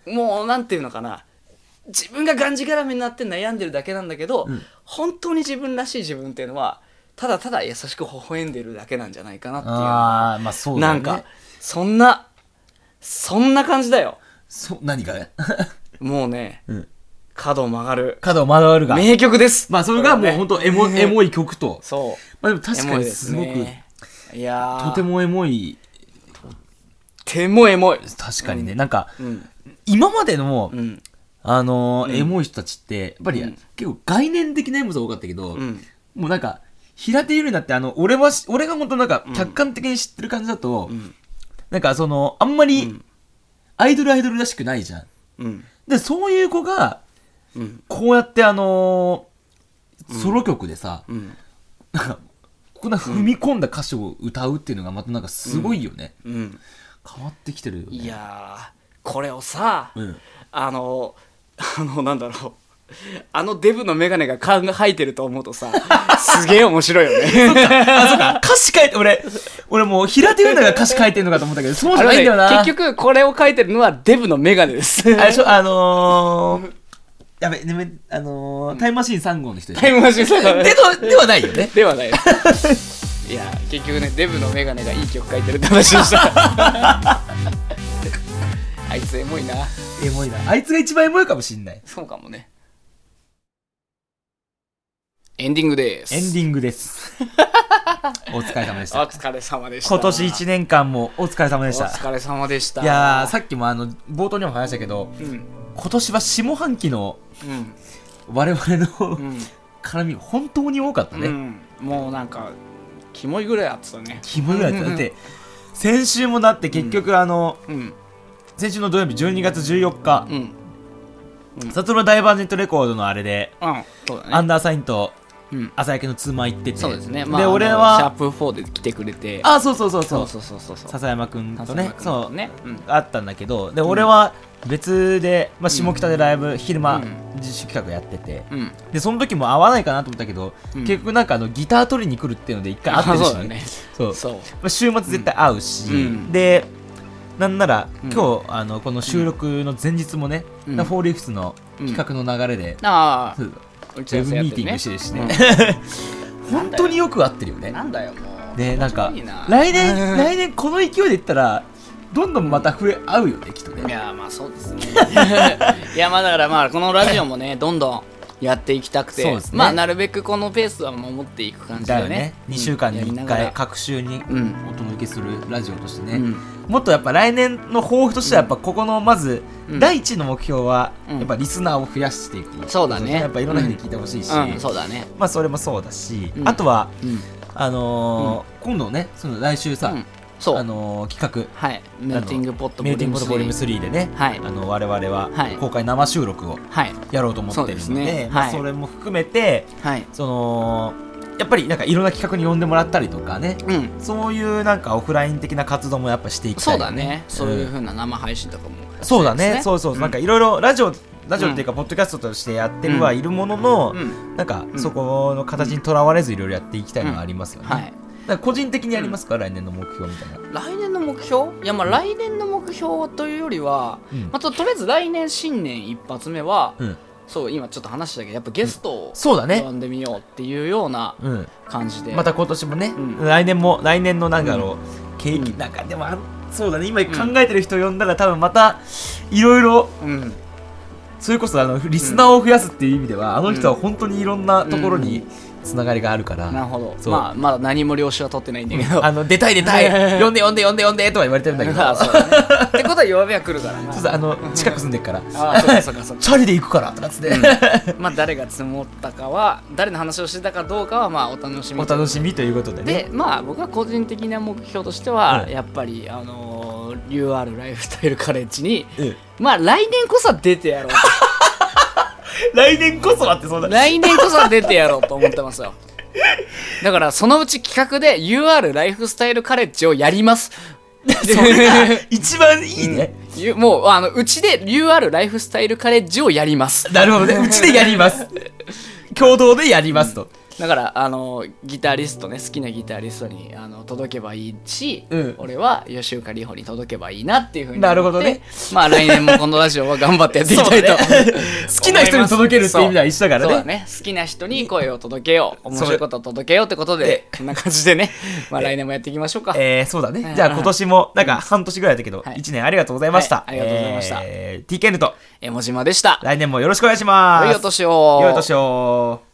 Speaker 2: もうなんていうのかな自分ががんじがらめになって悩んでるだけなんだけど、本当に自分らしい自分っていうのはただただ優しく微笑んでるだけなんじゃないかなっていう
Speaker 1: ああまあそうだ
Speaker 2: な
Speaker 1: ね
Speaker 2: んかそんなそんな感じだよ
Speaker 1: そう何が
Speaker 2: もうね、
Speaker 1: うん
Speaker 2: 角を曲がる
Speaker 1: 角を曲がるが
Speaker 2: 名曲です
Speaker 1: まあそれがもう本当エモ
Speaker 2: ね
Speaker 1: エモい曲と
Speaker 2: そう
Speaker 1: まあでも確
Speaker 2: エ
Speaker 1: か
Speaker 2: モい
Speaker 1: に
Speaker 2: です
Speaker 1: すごく
Speaker 2: ねいやー
Speaker 1: とてもエモい
Speaker 2: とてもエモい
Speaker 1: 確かにねなんか
Speaker 2: うん
Speaker 1: 今までの
Speaker 2: うん
Speaker 1: あの
Speaker 2: うん
Speaker 1: ーエモい人たちって、やっぱり、
Speaker 2: うん
Speaker 1: 結構概念的なエモさが多かったけど、
Speaker 2: うん
Speaker 1: もうなんか、平手ゆりになって、あの、俺はし、俺が本当なんか、客観的に知ってる感じだと、
Speaker 2: ん
Speaker 1: なんかその、あんま
Speaker 2: う
Speaker 1: り
Speaker 2: ん、
Speaker 1: アイドルアイドルらしくないじゃん。
Speaker 2: うん
Speaker 1: で、そういう子が、
Speaker 2: うん
Speaker 1: こうやってあのーソロ曲でさ、
Speaker 2: うん
Speaker 1: なんか、こんな踏み込んだ歌詞を歌うっていうのがまたなんかすごいよね。
Speaker 2: うん
Speaker 1: 変わってきてるよね。
Speaker 2: いやーこれをさ、
Speaker 1: うん。
Speaker 2: あのあのなんだろうあのデブの眼鏡が勘が生えてると思うとさすげえ面白いよね
Speaker 1: あ、そうか。歌詞書いて、俺、俺もう平手ゆりなが歌詞書いてるのかと思ったけど、そうじゃないんだよな。
Speaker 2: あのね結局これを書いてるのはデブの眼鏡です
Speaker 1: あれでしょ、あのー、 *laughs* やべ、ねめ、あのー、タイムマシーン3号の人でし
Speaker 2: *laughs* タ
Speaker 1: ょ。
Speaker 2: イムマシンさんがね
Speaker 1: でと、ではないよね。
Speaker 2: ではないですいや結局ねデブのメガネがいい曲書いてるって話
Speaker 1: *laughs*
Speaker 2: でしたあいつエモいな
Speaker 1: エモいな。あいつが一番エモいかもしんない。
Speaker 2: そうかもねエンディングです
Speaker 1: エンディングです。 *laughs* お疲れ様でし
Speaker 2: お
Speaker 1: た。
Speaker 2: 疲れ様でした
Speaker 1: 今年1年間もお疲れ様でし
Speaker 2: お
Speaker 1: た。
Speaker 2: 疲れ様でした
Speaker 1: いやー、さっきもあの、冒頭にも話したけど、
Speaker 2: うん
Speaker 1: 今年は下半期の
Speaker 2: うん
Speaker 1: 我々の
Speaker 2: うん、
Speaker 1: 絡み、本当に多かった
Speaker 2: う
Speaker 1: ね。
Speaker 2: ん、もうなんかキモいぐらいあってたね
Speaker 1: キモいぐらいだった。
Speaker 2: うん
Speaker 1: だって、先週もだって結局あの、
Speaker 2: うん
Speaker 1: 先週の土曜日12月14日
Speaker 2: うん
Speaker 1: 卒のダイバージェントレコードのあれで、
Speaker 2: うん、そう
Speaker 1: ア
Speaker 2: だ
Speaker 1: ン
Speaker 2: ね。
Speaker 1: ダーサインと
Speaker 2: うん、
Speaker 1: 朝焼けのツーマン行ってて
Speaker 2: そうですね。まあ、
Speaker 1: で
Speaker 2: あの
Speaker 1: 俺
Speaker 2: シャー
Speaker 1: は
Speaker 2: プ4で来てくれて、
Speaker 1: あそうそうそうそ
Speaker 2: そう
Speaker 1: う
Speaker 2: そうそうそうそう。
Speaker 1: 笹山君とね
Speaker 2: 笹
Speaker 1: そ
Speaker 2: 山
Speaker 1: う
Speaker 2: 君ねうん
Speaker 1: あったんだけどで俺は別で、まあ、下北でライブ、昼間
Speaker 2: うん
Speaker 1: 自主企画やってて、
Speaker 2: うん。
Speaker 1: でその時も合わないかなと思ったけど、
Speaker 2: うん
Speaker 1: 結局なんかあのギター取りに来るっていうので一回会ってるし、
Speaker 2: あ *laughs* そうだね。
Speaker 1: そう
Speaker 2: そう。
Speaker 1: まあ週末絶対会うし、
Speaker 2: うん
Speaker 1: でなんなら
Speaker 2: うん
Speaker 1: 今日、あのこの収録の前日もね、
Speaker 2: うん
Speaker 1: フォーリーフスの企画の流れで、
Speaker 2: ああ、
Speaker 1: そう
Speaker 2: う
Speaker 1: ウ
Speaker 2: ち
Speaker 1: ェ
Speaker 2: ら
Speaker 1: ブ
Speaker 2: やっ
Speaker 1: ミーティ
Speaker 2: てる
Speaker 1: ン
Speaker 2: ね
Speaker 1: グしてるしね *laughs* 本当によく合ってるよね
Speaker 2: なんだよ、もう。
Speaker 1: でなんか
Speaker 2: 気持ち悪いな
Speaker 1: 来年来年この勢いでいったらどんどんまた増え合うよねきっと
Speaker 2: い
Speaker 1: ね
Speaker 2: やーまあそう
Speaker 1: *laughs*
Speaker 2: ですねいやまあだからまあこのラジオもねどんどんやっていきたくて、
Speaker 1: そうですね
Speaker 2: まあなるべくこのペースは守っていく感じで
Speaker 1: だ
Speaker 2: ね
Speaker 1: よね2週間に1
Speaker 2: や
Speaker 1: 回
Speaker 2: りなが
Speaker 1: 各週に
Speaker 2: うん
Speaker 1: お届けするラジオとして
Speaker 2: らう
Speaker 1: ね
Speaker 2: ん
Speaker 1: もっとやっぱ来年の抱負としてはやっぱここのまず
Speaker 2: うん
Speaker 1: 第一の目標は
Speaker 2: うん
Speaker 1: やっぱリスナーを増やしていく
Speaker 2: そうだね
Speaker 1: やっぱいろんな人に聞いてほしいし
Speaker 2: うんそうだね
Speaker 1: まあそれもそうだし
Speaker 2: うん
Speaker 1: あとは
Speaker 2: うん
Speaker 1: あのー今度ねその来週さ
Speaker 2: うんそう
Speaker 1: あのー企画
Speaker 2: はいメーティングポット
Speaker 1: メーティングボトボリューム3でね、
Speaker 2: はい
Speaker 1: あの我々
Speaker 2: はい
Speaker 1: は公開生収録を
Speaker 2: はい
Speaker 1: やろうと思ってるので,、
Speaker 2: そうですね
Speaker 1: まあ
Speaker 2: はい
Speaker 1: それも含めて
Speaker 2: はい
Speaker 1: そのやっぱりなんかいろんな企画に呼んでもらったりとかね、
Speaker 2: うん
Speaker 1: そういうなんかオフライン的な活動もやっぱしていきた
Speaker 2: そ
Speaker 1: いう
Speaker 2: だねそういう
Speaker 1: うん
Speaker 2: ふうな生配信とかも
Speaker 1: そうだね
Speaker 2: です
Speaker 1: そうそう、
Speaker 2: ん
Speaker 1: なんかいろいろラジオラジオっていうかポッドキャストとしてやってるはいるものの、
Speaker 2: うん
Speaker 1: なんか
Speaker 2: うん
Speaker 1: そこの形にとらわれずいろいろやっていきたいのはありますよね、
Speaker 2: はい
Speaker 1: なんか個人的にありますか、来年の目標みたいな、
Speaker 2: 来年の目標いやまあ来年の目標というよりは、
Speaker 1: うん
Speaker 2: まあ、ととりあえず来年新年一発目は、
Speaker 1: うん
Speaker 2: そう今ちょっと話したけどやっぱゲストを
Speaker 1: そうだね
Speaker 2: 呼んでみようっていうような
Speaker 1: うん
Speaker 2: 感じで、
Speaker 1: また今年もね、
Speaker 2: うん
Speaker 1: 来年も来年のなんだろう、景気
Speaker 2: うん
Speaker 1: なんかでもあそうだね今考えてる人呼んだら多分またいろいろ
Speaker 2: うん
Speaker 1: それこそあのリスナーを増やすっていう意味では、あの人は本当にいろんなところにつながりがあるから、
Speaker 2: なるほど
Speaker 1: そう
Speaker 2: まあまだ何も了承は取ってないんだけど
Speaker 1: あの出たい出た
Speaker 2: *laughs*
Speaker 1: い呼んで呼んで呼んで呼んでとは言われてるんだけど
Speaker 2: まあ *laughs* そうだねってことは弱めは来るからな
Speaker 1: ちょっとあの近く住んでるから
Speaker 2: あ
Speaker 1: *laughs*
Speaker 2: あそうかそうかそうか
Speaker 1: チャリで行くからとかっつって、
Speaker 2: まあ誰が積もったかは誰の話をしてたかどうかはまあお楽しみ
Speaker 1: お楽しみということでね
Speaker 2: でまあ僕は個人的な目標としては、
Speaker 1: うん
Speaker 2: やっぱりあのー UR ライフスタイルカレッジに
Speaker 1: うん
Speaker 2: まあ来年こそは出てやろうと
Speaker 1: 来年こそはって *laughs* そうだ
Speaker 2: 来年こそは出てやろうと思ってますよだからそのうち企画で UR ライフスタイルカレッジをやります
Speaker 1: *laughs* それ
Speaker 2: *laughs*
Speaker 1: が一番いいね、
Speaker 2: ゆもうあのうちで UR ライフスタイルカレッジをやります
Speaker 1: なるほどねうちでやります
Speaker 2: *laughs*
Speaker 1: 共同でやりますと、
Speaker 2: だからあのギタリストね好きなギタリストにあの届けばいいし、
Speaker 1: うん
Speaker 2: 俺は吉岡里帆に届けばいいなっていうふうに
Speaker 1: なるほどね
Speaker 2: 思ってまあ来年もこのラジオは頑張ってやっていきた
Speaker 1: *laughs*
Speaker 2: いと、
Speaker 1: そうだね好きな人に届けるっていう意味では一緒だからね
Speaker 2: そうだね好きな人に声を届けよう面
Speaker 1: そう
Speaker 2: 白いことを届けようってこ
Speaker 1: *laughs*
Speaker 2: とでこんな感じでねまあ来年もやっていきましょうか、
Speaker 1: えー、そうだ
Speaker 2: は
Speaker 1: ね
Speaker 2: い。
Speaker 1: じゃあ今年も、なんか半年ぐらいだけど、
Speaker 2: はい
Speaker 1: 1年ありがとうございました。
Speaker 2: はいありがとうございました
Speaker 1: えー、TKN と、
Speaker 2: えもじまでした
Speaker 1: 来年もよろしくお願いします。
Speaker 2: 良いお年を
Speaker 1: 良いお年を。